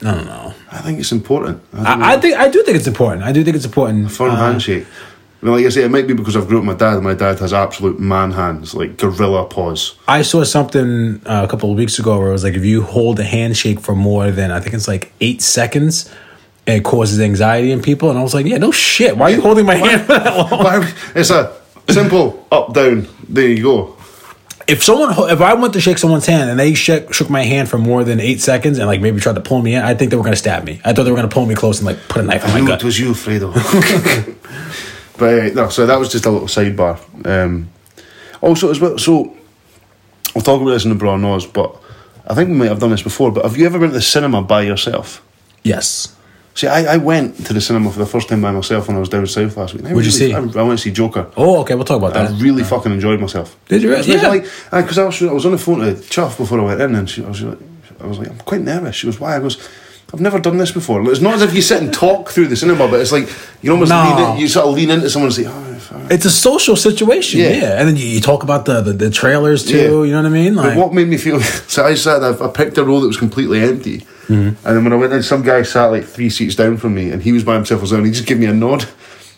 [SPEAKER 1] I don't know.
[SPEAKER 2] I think it's important. I don't know.
[SPEAKER 1] I, I think I do think it's important. I do think it's important.
[SPEAKER 2] Mm. Firm handshake. I mean, like I say, it might be because I've grown up with my dad, and my dad has absolute man hands, like gorilla paws.
[SPEAKER 1] I saw something uh, a couple of weeks ago where it was like if you hold a handshake for more than I think it's like eight seconds, it causes anxiety in people. And I was like, yeah, no shit. Why are you holding my hand for that long?
[SPEAKER 2] Why are we- it's a simple up down. There you go.
[SPEAKER 1] If someone, ho- if I went to shake someone's hand and they shook, shook my hand for more than eight seconds and like maybe tried to pull me in, I think they were gonna stab me. I thought they were gonna pull me close and like put a knife in
[SPEAKER 2] I
[SPEAKER 1] my
[SPEAKER 2] knew it
[SPEAKER 1] gut.
[SPEAKER 2] was you, Fredo. but uh, no, so that was just a little sidebar. Um, also, as well, so we'll talk about this in the Bra Oz, but I think we might have done this before. But have you ever been to the cinema by yourself?
[SPEAKER 1] Yes.
[SPEAKER 2] See, I, I went to the cinema for the first time by myself when I was down south last week.
[SPEAKER 1] What'd you see?
[SPEAKER 2] I, I went to see Joker.
[SPEAKER 1] Oh, okay. We'll talk about
[SPEAKER 2] I
[SPEAKER 1] that.
[SPEAKER 2] really fucking enjoyed myself.
[SPEAKER 1] Did you?
[SPEAKER 2] Because
[SPEAKER 1] Yeah.
[SPEAKER 2] like, because I was I was on the phone to Chuff before I went in, and she, I was like, I was like, I'm quite nervous. She goes, why? I goes. I've never done this before. It's not as if you sit and talk through the cinema, but it's like you almost
[SPEAKER 1] No.
[SPEAKER 2] lean in, you sort of lean into someone and say, "Oh, if I-"
[SPEAKER 1] It's a social situation. Yeah.
[SPEAKER 2] Yeah.
[SPEAKER 1] And then you, you talk about the, the the trailers too.
[SPEAKER 2] Yeah.
[SPEAKER 1] You know what I mean?
[SPEAKER 2] But
[SPEAKER 1] Like,
[SPEAKER 2] what made me feel? So I sat. I, I picked a row that was completely empty,
[SPEAKER 1] Mm-hmm.
[SPEAKER 2] and then when I went in, some guy sat like three seats down from me, and he was by himself as well. And he just gave me a nod.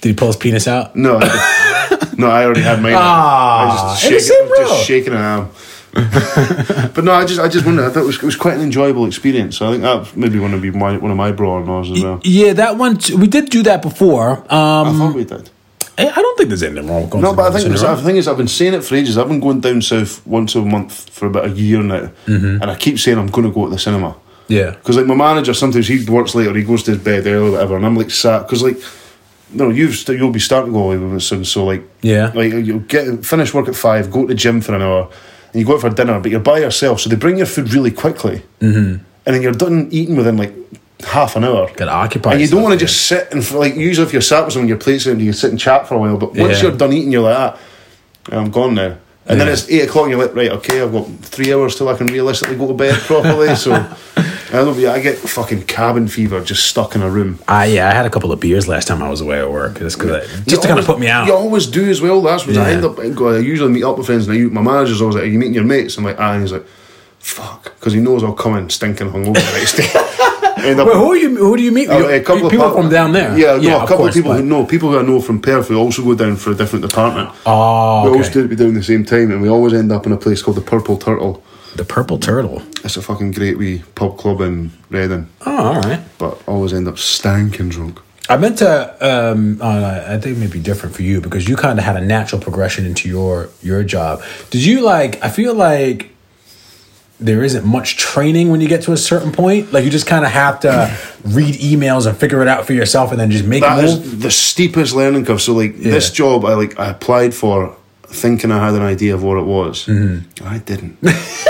[SPEAKER 1] did he pull his penis out?
[SPEAKER 2] No, I- no, I already had mine.
[SPEAKER 1] Ah,
[SPEAKER 2] I was
[SPEAKER 1] in the
[SPEAKER 2] just shaking,
[SPEAKER 1] same row.
[SPEAKER 2] just shaking an arm. but no, I just, I just wondered. I thought it was, it was quite an enjoyable experience. So I think that maybe one of be my one of my bra ours as well.
[SPEAKER 1] Yeah, that one. t- We did do that before. Um,
[SPEAKER 2] I thought we did.
[SPEAKER 1] I Eh, I don't think there's anything wrong with going
[SPEAKER 2] No,
[SPEAKER 1] to
[SPEAKER 2] but I
[SPEAKER 1] the
[SPEAKER 2] think
[SPEAKER 1] cinema.
[SPEAKER 2] the thing is, I've been saying it for ages. I've been going down south once a month for about a year now,
[SPEAKER 1] Mm-hmm.
[SPEAKER 2] and I keep saying I'm going to go to the cinema.
[SPEAKER 1] Yeah.
[SPEAKER 2] Because like my manager, sometimes he works later, he goes to his bed early, whatever, and I'm like sat because like. No, you've st- you'll be starting to go away with it soon. So like,
[SPEAKER 1] Yeah.
[SPEAKER 2] like you'll get finish work at five, go to the gym for an hour, and you go out for dinner. But you're by yourself, so they bring your food really quickly, mm-hmm. and then you're done eating within like half an hour.
[SPEAKER 1] Gotta occupy
[SPEAKER 2] And you don't
[SPEAKER 1] yourself,
[SPEAKER 2] want
[SPEAKER 1] yeah.
[SPEAKER 2] to just sit and f- like usually if you're sat with someone, your plate's and you sit and chat for a while. But once
[SPEAKER 1] Yeah.
[SPEAKER 2] you're done eating, you're like, ah, I'm gone now. And then
[SPEAKER 1] Yeah.
[SPEAKER 2] it's eight o'clock, and you're like, right, okay, I've got three hours till I can realistically go to bed properly. so I don't know, I get fucking cabin fever just stuck in a room.
[SPEAKER 1] I yeah, I had a couple of beers last time I was away at work. Just because
[SPEAKER 2] You
[SPEAKER 1] just to kind of
[SPEAKER 2] always-
[SPEAKER 1] put me out.
[SPEAKER 2] You always do as well. That's what I
[SPEAKER 1] Yeah.
[SPEAKER 2] end up. I usually meet up with friends, and I, u- my manager's always like, "Are you meeting your mates?" I'm like, "Ah," and he's like, "Fuck," because he knows I'll come in stinking hungover the next day. End up-
[SPEAKER 1] Wait, who are you? Who do you meet?
[SPEAKER 2] Oh,
[SPEAKER 1] You-
[SPEAKER 2] a couple of
[SPEAKER 1] people
[SPEAKER 2] pal-
[SPEAKER 1] from down there.
[SPEAKER 2] Yeah, no, a
[SPEAKER 1] of
[SPEAKER 2] couple
[SPEAKER 1] course,
[SPEAKER 2] of people
[SPEAKER 1] but-
[SPEAKER 2] who know people who I know from Perth who also go down for a different department.
[SPEAKER 1] Oh,
[SPEAKER 2] We always
[SPEAKER 1] okay.
[SPEAKER 2] do be down the same time, and we always end up in a place called the Purple Turtle.
[SPEAKER 1] the purple turtle.
[SPEAKER 2] It's a fucking great wee pub club in Reading,
[SPEAKER 1] Oh, all right.
[SPEAKER 2] but always end up stanking drunk.
[SPEAKER 1] I meant to. Um, uh, I think it may be different for you because you kind of had a natural progression into your your job. Did you like? I feel like there isn't much training when you get to a certain point. Like you just kind of have to read emails and figure it out for yourself, and then just make
[SPEAKER 2] That
[SPEAKER 1] a
[SPEAKER 2] is
[SPEAKER 1] move.
[SPEAKER 2] the steepest learning curve. So like this
[SPEAKER 1] Yeah.
[SPEAKER 2] job, I like I applied for thinking I had an idea of what it was. I didn't.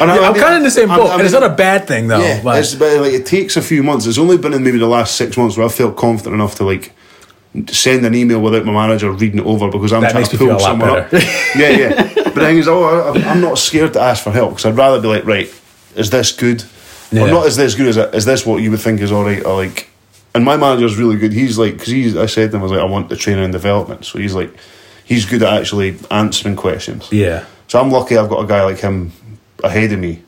[SPEAKER 2] And I,
[SPEAKER 1] Mm-hmm. I'm kind of in the same boat, and it's not a bad thing though.
[SPEAKER 2] Yeah,
[SPEAKER 1] but
[SPEAKER 2] it's but like it takes a few months. It's only been in maybe the last six months where I felt confident enough to like send an email without my manager reading it over because I'm
[SPEAKER 1] That
[SPEAKER 2] trying
[SPEAKER 1] makes
[SPEAKER 2] to
[SPEAKER 1] me
[SPEAKER 2] pull
[SPEAKER 1] feel a lot
[SPEAKER 2] someone up.
[SPEAKER 1] better.
[SPEAKER 2] yeah, yeah. But the thing is, oh, I- I'm not scared to ask for help because I'd rather be like, right, is this good? Or
[SPEAKER 1] Yeah.
[SPEAKER 2] not is this good as is this what you would think is all right? Or like, and my manager's really good. He's like, because he's, I said to him, I was like, I want the training and development. So he's like, he's good at actually answering questions.
[SPEAKER 1] yeah,
[SPEAKER 2] So I'm lucky I've got a guy like him ahead of me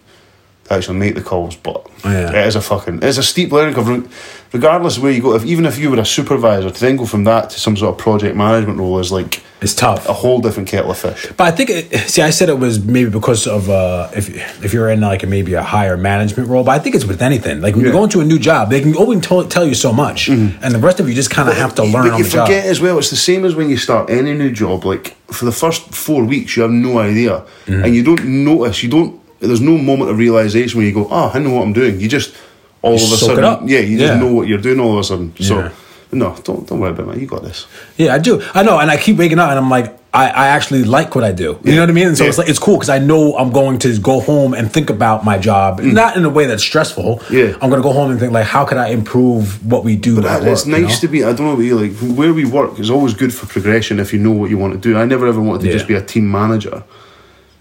[SPEAKER 2] to actually make the calls, but
[SPEAKER 1] Yeah.
[SPEAKER 2] it is a fucking it's a steep learning curve. Regardless of where you go, if even if you were a supervisor, to then go from that to some sort of project management role is like
[SPEAKER 1] it's tough.
[SPEAKER 2] a whole different kettle of fish.
[SPEAKER 1] But I think, it, see, I said it was maybe because of uh, if if you're in like maybe a higher management role. But I think it's with anything. Like when you
[SPEAKER 2] Yeah. Mm-hmm.
[SPEAKER 1] go into a new job, they can only tell, tell you so much, and the rest of you just kind of have to learn
[SPEAKER 2] But
[SPEAKER 1] on
[SPEAKER 2] you
[SPEAKER 1] the job.
[SPEAKER 2] forget as well, it's the same as when you start any new job. Like for the first four weeks, you have no idea,
[SPEAKER 1] Mm-hmm.
[SPEAKER 2] and you don't notice. You don't. There's no moment of realization where you go, "Oh, I know what I'm doing." You just all of a
[SPEAKER 1] soak it
[SPEAKER 2] sudden,
[SPEAKER 1] up.
[SPEAKER 2] yeah, you
[SPEAKER 1] Yeah.
[SPEAKER 2] just know what you're doing all of a sudden.
[SPEAKER 1] Yeah.
[SPEAKER 2] So no, don't don't worry about it. mate. You got this.
[SPEAKER 1] Yeah, I do. I know, and I keep waking up, and I'm like, I, I actually like what I do. You know what I mean? And so it's
[SPEAKER 2] Yeah.
[SPEAKER 1] like it's cool because I know I'm going to go home and think about my job, not in a way that's stressful.
[SPEAKER 2] Mm. Yeah.
[SPEAKER 1] I'm going to go home and think like, how can I improve what we do? at
[SPEAKER 2] But it's
[SPEAKER 1] work, you
[SPEAKER 2] nice
[SPEAKER 1] know?
[SPEAKER 2] to be. I don't know about you, like where we work is always good for progression if you know what you want to do. I never ever wanted to
[SPEAKER 1] Yeah.
[SPEAKER 2] just be a team manager.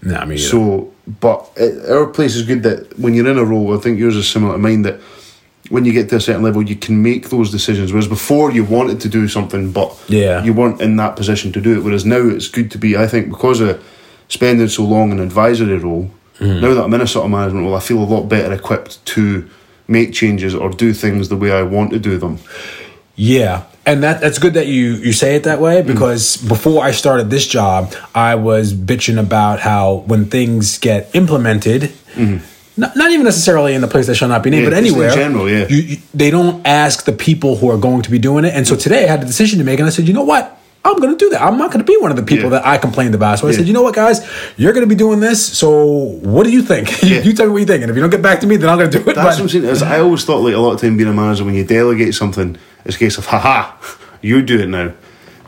[SPEAKER 1] Nah, me either.
[SPEAKER 2] So, but it, our place is good that when you're in a role, I think yours is similar to mine. That when you get to a certain level, you can make those decisions. Whereas before, you wanted to do something, but
[SPEAKER 1] Yeah.
[SPEAKER 2] you weren't in that position to do it. Whereas now, it's good to be. I think because of spending so long in an advisory role,
[SPEAKER 1] Hmm.
[SPEAKER 2] now that I'm in a sort of management role, I feel a lot better equipped to make changes or do things the way I want to do them.
[SPEAKER 1] Yeah, and that that's good that you you say it that way
[SPEAKER 2] Mm.
[SPEAKER 1] because before I started this job, I was bitching about how when things get implemented. Not, not even necessarily in the place that shall not be named,
[SPEAKER 2] Mm-hmm. Yeah,
[SPEAKER 1] but
[SPEAKER 2] just in
[SPEAKER 1] anywhere.
[SPEAKER 2] general, yeah.
[SPEAKER 1] You, you, they don't ask the people who are going to be doing it. And
[SPEAKER 2] Mm.
[SPEAKER 1] so today I had a decision to make, and I said, you know what? I'm going to do that. I'm not going to be one of the people
[SPEAKER 2] Yeah.
[SPEAKER 1] that I complained about. So I said,
[SPEAKER 2] Yeah.
[SPEAKER 1] you know what, guys? You're going to be doing this. So what do you think? you,
[SPEAKER 2] Yeah.
[SPEAKER 1] you tell me what you think. And if you don't get back to me, then I'm going to do it.
[SPEAKER 2] That's
[SPEAKER 1] But-
[SPEAKER 2] what I'm saying. Is I always thought like a lot of time being a manager when you delegate something, it's a case of haha, you do it now.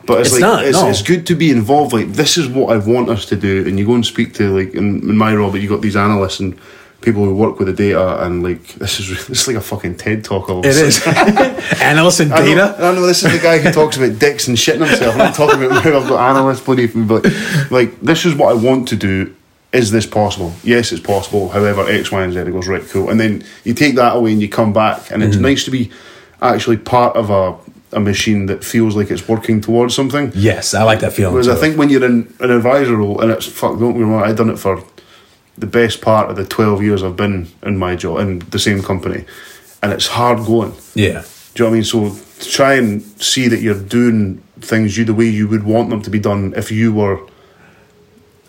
[SPEAKER 2] But it's,
[SPEAKER 1] It's
[SPEAKER 2] like
[SPEAKER 1] not,
[SPEAKER 2] it's,
[SPEAKER 1] no.
[SPEAKER 2] it's good to be involved. Like this is what I want us to do, and you go and speak to like in, in my role, but you got these analysts and people who work with the data, and like this is this is like a fucking TED talk. All of a
[SPEAKER 1] it
[SPEAKER 2] sudden.
[SPEAKER 1] is. Analysts and
[SPEAKER 2] I know-
[SPEAKER 1] data.
[SPEAKER 2] I know this is the guy who talks about dicks and shitting himself. I'm not talking about how I've got analysts bloody food, but like this is what I want to do. Is this possible? Yes, it's possible. However, X, Y, and Z. It goes right, cool. And then you take that away and you come back, and it's nice to be actually part of a a machine that feels like it's working towards something.
[SPEAKER 1] Yes, I like that feeling.
[SPEAKER 2] Whereas I
[SPEAKER 1] too.
[SPEAKER 2] think when you're in an advisor role, and it's fuck, don't get me wrong, I've done it for the best part of the 12 years I've been in my job, in the same company, and it's hard going.
[SPEAKER 1] yeah,
[SPEAKER 2] Do you know what I mean? So to try and see that you're doing things you the way you would want them to be done if you were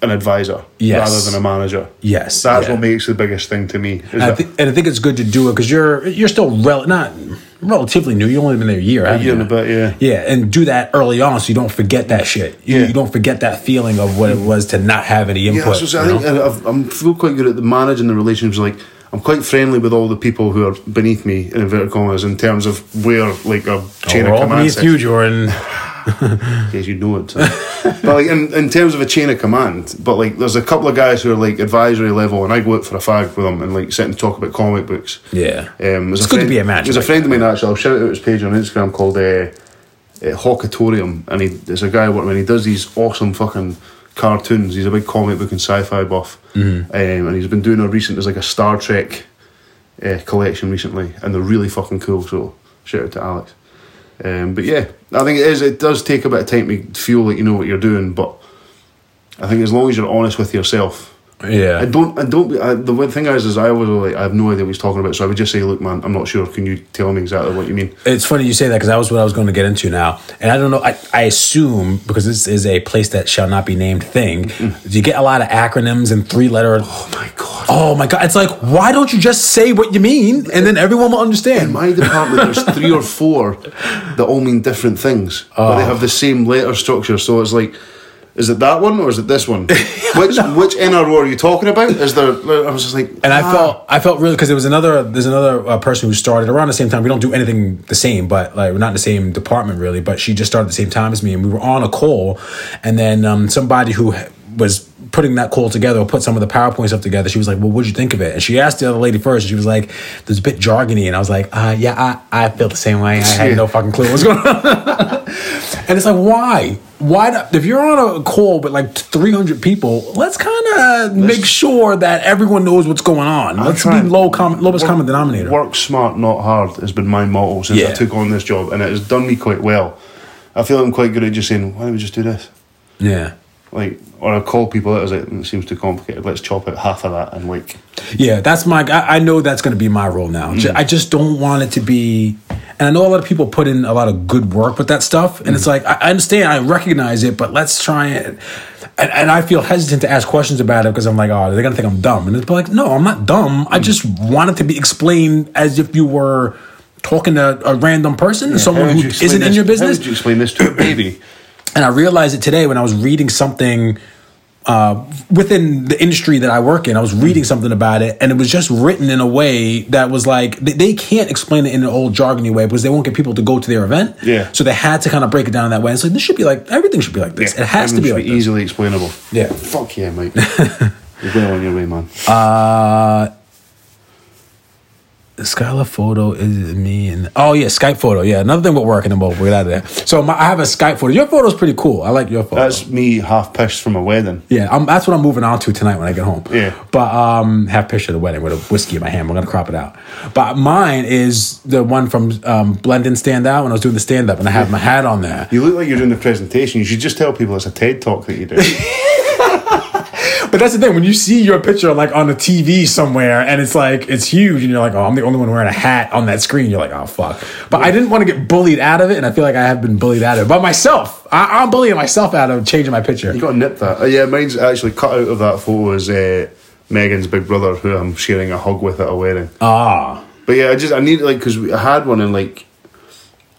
[SPEAKER 2] an advisor
[SPEAKER 1] Yes.
[SPEAKER 2] rather than a manager.
[SPEAKER 1] Yes,
[SPEAKER 2] that's
[SPEAKER 1] yeah.
[SPEAKER 2] what makes the biggest thing to me. Is
[SPEAKER 1] and I,
[SPEAKER 2] that
[SPEAKER 1] thi- and I think it's good to do it because you're you're still rel- not relatively new. You've only been there a year,
[SPEAKER 2] a year and a bit, yeah.
[SPEAKER 1] Yeah, and do that early on so you don't forget that shit. You,
[SPEAKER 2] Yeah.
[SPEAKER 1] you don't forget that feeling of what it was to not have any
[SPEAKER 2] Yeah,
[SPEAKER 1] input.
[SPEAKER 2] so, so I
[SPEAKER 1] you
[SPEAKER 2] think
[SPEAKER 1] know?
[SPEAKER 2] I- I've, I'm feel quite good at the managing the relationships. Like I'm quite friendly with all the people who are beneath me in inverted commas in terms of where like a uh, chain
[SPEAKER 1] We're
[SPEAKER 2] of
[SPEAKER 1] all
[SPEAKER 2] command.
[SPEAKER 1] beneath
[SPEAKER 2] sits.
[SPEAKER 1] you, Jordan.
[SPEAKER 2] Yes, you know it. so. but like in, in terms of a chain of command, but like there's a couple of guys who are like advisory level, and I go out for a fag with them and like sit and talk about comic books.
[SPEAKER 1] Yeah.
[SPEAKER 2] um, there's
[SPEAKER 1] It's
[SPEAKER 2] a
[SPEAKER 1] good to
[SPEAKER 2] friend-
[SPEAKER 1] be a manager
[SPEAKER 2] There's a
[SPEAKER 1] like
[SPEAKER 2] friend of mine actually. I'll shout out his page on Instagram called uh, uh, Hawkatorium, and he there's a guy working. and He does these awesome fucking cartoons. He's a big comic book and sci-fi buff,
[SPEAKER 1] Mm-hmm.
[SPEAKER 2] um, and he's been doing a recent. There's like a Star Trek uh, collection recently, and they're really fucking cool. So shout out to Alex. Um, but yeah, I think it is. It does take a bit of time to feel like you know what you're doing, but I think as long as you're honest with yourself, I
[SPEAKER 1] yeah,
[SPEAKER 2] don't. I don't. I, the one thing is, is I always were like I have no idea what he's talking about. So I would just say, look, man, I'm not sure. Can you tell me exactly what you mean?
[SPEAKER 1] it's funny you say that because that was what I was going to get into now, and I don't know. I, I assume because this is a place that shall not be named thing, you get a lot of acronyms and three letter.
[SPEAKER 2] Oh my god.
[SPEAKER 1] Oh my god! It's like why don't you just say what you mean and then everyone will understand.
[SPEAKER 2] In my department, there's three or
[SPEAKER 1] Ah.
[SPEAKER 2] four that all mean different things, but they have the same letter structure. So it's like Is it that one or is it this one? Which which NR war are you talking about? Is there? I was just like,
[SPEAKER 1] And I
[SPEAKER 2] ah.
[SPEAKER 1] felt I felt really because there was another there's another uh, person who started around the same time. We don't do anything the same, but like we're not in the same department really. But she just started at the same time as me, and we were on a call, and then um, somebody who ha- was putting that call together or put some of the powerpoint stuff together she was like well what'd you think of it and she asked the other lady first and she was like there's a bit jargony and i was like uh yeah i i feel the same way i had no fucking clue what's going on and it's like, why? Why? Do, if you're on a call with like 300 people, let's kind of make sure that everyone knows what's going on. let's be
[SPEAKER 2] trying-
[SPEAKER 1] low com- lowest
[SPEAKER 2] Work-
[SPEAKER 1] common denominator.
[SPEAKER 2] Work smart, not hard, has been my motto since I
[SPEAKER 1] Yeah.
[SPEAKER 2] took on this job, and it has done me quite well. I feel I'm quite good at just saying, "Why don't we just do this?"
[SPEAKER 1] Yeah,
[SPEAKER 2] Like, or I call people out. I was like, "Mm, "It seems too complicated. Let's chop out half of that and like."
[SPEAKER 1] yeah. That's my. I, I know that's going to be my role now.
[SPEAKER 2] Mm.
[SPEAKER 1] Ju- I just don't want it to be. And I know a lot of people put in a lot of good work with that stuff, and
[SPEAKER 2] Mm.
[SPEAKER 1] it's like I, I understand, I recognize it, but let's try it. And, and I feel hesitant to ask questions about it because I'm like, oh, they're gonna think I'm dumb, and it's like, no, I'm not dumb.
[SPEAKER 2] Mm.
[SPEAKER 1] I just want it to be explained as if you were talking to a random person, someone
[SPEAKER 2] How would
[SPEAKER 1] who
[SPEAKER 2] you explain
[SPEAKER 1] isn't in
[SPEAKER 2] this-
[SPEAKER 1] your business.
[SPEAKER 2] How would you explain this to a baby?
[SPEAKER 1] and I realized it today when I was reading something uh, within the industry that I work in. I was reading
[SPEAKER 2] Mm.
[SPEAKER 1] something about it, and it was just written in a way that was like they, they can't explain it in an old jargony way because they won't get people to go to their event.
[SPEAKER 2] Yeah.
[SPEAKER 1] So they had to kind of break it down in that way. It's like this should be like everything should be like this. it has to
[SPEAKER 2] Everything
[SPEAKER 1] be
[SPEAKER 2] should
[SPEAKER 1] like this.
[SPEAKER 2] easily explainable.
[SPEAKER 1] Yeah.
[SPEAKER 2] Fuck yeah, mate. You're well on your way, man.
[SPEAKER 1] Skyla photo is me and oh yeah, Skype photo. Yeah, another thing with working and mobile. Get out of there. So my, I have a Skype photo. Your photo's pretty cool. I like your photo.
[SPEAKER 2] That's me half pissed from a wedding.
[SPEAKER 1] Yeah, I'm, that's what I'm moving on to tonight when I get home.
[SPEAKER 2] Yeah.
[SPEAKER 1] But um, have picture of the wedding with a whiskey in my hand. We're gonna crop it out. But mine is the one from um, Blend and Stand Out when I was doing the stand up, and I have my hat on there.
[SPEAKER 2] You look like you're doing the presentation. You should just tell people it's a TED talk that you do.
[SPEAKER 1] But that's the thing when you see your picture like on the TV somewhere, and it's like it's huge, and you're like, oh, I'm the only one wearing a hat on that screen. You're like, oh fuck. But I didn't want to get bullied out of it, and I feel like I have been bullied out of it by myself. I, I'm bullying myself out of changing my picture.
[SPEAKER 2] You gotta nip that. Uh, yeah, mine's actually cut out of that photo is uh, Megan's big brother, who I'm sharing a hug with at a wedding.
[SPEAKER 1] Ah,
[SPEAKER 2] But yeah, I just I need like because I had one and like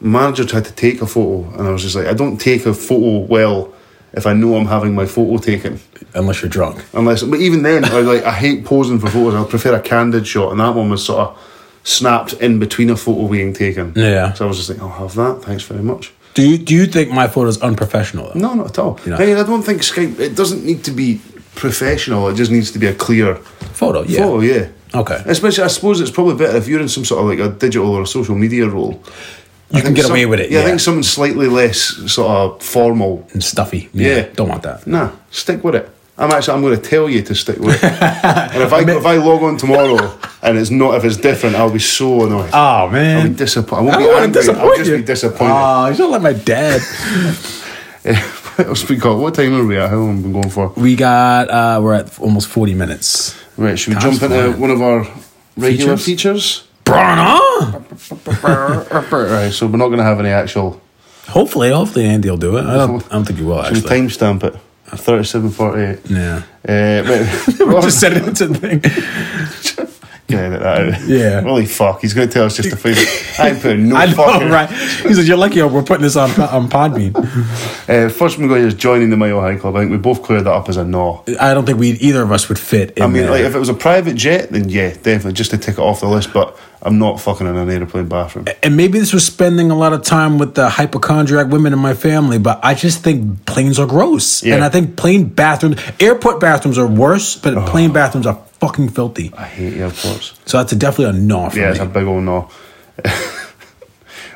[SPEAKER 2] manager tried to take a photo and I was just like I don't take a photo well if I know I'm having my photo taken
[SPEAKER 1] unless you're drunk.
[SPEAKER 2] unless but even then I like I hate posing for photos. I prefer a candid shot and that one was sort of snapped in between a photo being taken.
[SPEAKER 1] Yeah.
[SPEAKER 2] So I was just like I'll have that. Thanks very much.
[SPEAKER 1] Do you do you think my photo's unprofessional? Though?
[SPEAKER 2] No, not at all.
[SPEAKER 1] know.
[SPEAKER 2] Hey, I don't think Skype. It doesn't need to be professional. It just needs to be a clear
[SPEAKER 1] Photo, yeah.
[SPEAKER 2] photo. Yeah.
[SPEAKER 1] Okay.
[SPEAKER 2] Especially, I suppose it's probably better if you're in some sort of like a digital or a social media role. You
[SPEAKER 1] can get away with it,
[SPEAKER 2] Yeah, I
[SPEAKER 1] yeah.
[SPEAKER 2] think something slightly less sort of formal.
[SPEAKER 1] and stuffy.
[SPEAKER 2] Yeah.
[SPEAKER 1] Don't want that.
[SPEAKER 2] Nah, stick with it. I'm actually. I'm going to tell you to stick with it. and if I if I log on tomorrow and it's not if it's different, I'll be so annoyed.
[SPEAKER 1] Oh,
[SPEAKER 2] I'll be
[SPEAKER 1] man.
[SPEAKER 2] disappointed. I won't
[SPEAKER 1] I
[SPEAKER 2] be
[SPEAKER 1] don't want to
[SPEAKER 2] angry. I'll
[SPEAKER 1] disappoint
[SPEAKER 2] just
[SPEAKER 1] you.
[SPEAKER 2] be disappointed.
[SPEAKER 1] Oh, you sound like my dad.
[SPEAKER 2] what else we got? What time are we at? How long have we been going for?
[SPEAKER 1] we got, uh, we're at almost 40 minutes.
[SPEAKER 2] Right, should we
[SPEAKER 1] Time's
[SPEAKER 2] jump into
[SPEAKER 1] flying.
[SPEAKER 2] one of our regular features?
[SPEAKER 1] Brana?
[SPEAKER 2] right, so we're not going to have any actual.
[SPEAKER 1] Hopefully, hopefully Andy will do it. I don't, I don't think he will,
[SPEAKER 2] Should we
[SPEAKER 1] actually.
[SPEAKER 2] timestamp it? Thirty-seven forty-eight.
[SPEAKER 1] yeah.
[SPEAKER 2] Uh, but- Rob-
[SPEAKER 1] Just said it into the thing.
[SPEAKER 2] Can edit that out.
[SPEAKER 1] Yeah.
[SPEAKER 2] Holy fuck, he's going to tell us just to face. I ain't putting no
[SPEAKER 1] I know,
[SPEAKER 2] fucking.
[SPEAKER 1] right? He said, You're lucky we're putting this on, on Podbean.
[SPEAKER 2] Uh, first, we're going to is joining the Mayo High Club. I think we both cleared that up as a no.
[SPEAKER 1] I don't think we either of us would fit in
[SPEAKER 2] I mean,
[SPEAKER 1] there.
[SPEAKER 2] like, if it was a private jet, then yeah, definitely, just to tick it off the list. But I'm not fucking in an aeroplane bathroom.
[SPEAKER 1] and maybe this was spending a lot of time with the hypochondriac women in my family, but I just think planes are gross.
[SPEAKER 2] Yeah.
[SPEAKER 1] And I think plane bathrooms, airport bathrooms are worse, but plane bathrooms are fucking filthy.
[SPEAKER 2] I hate airports.
[SPEAKER 1] So that's a definitely a no for
[SPEAKER 2] Yeah, it's
[SPEAKER 1] me.
[SPEAKER 2] a big old no.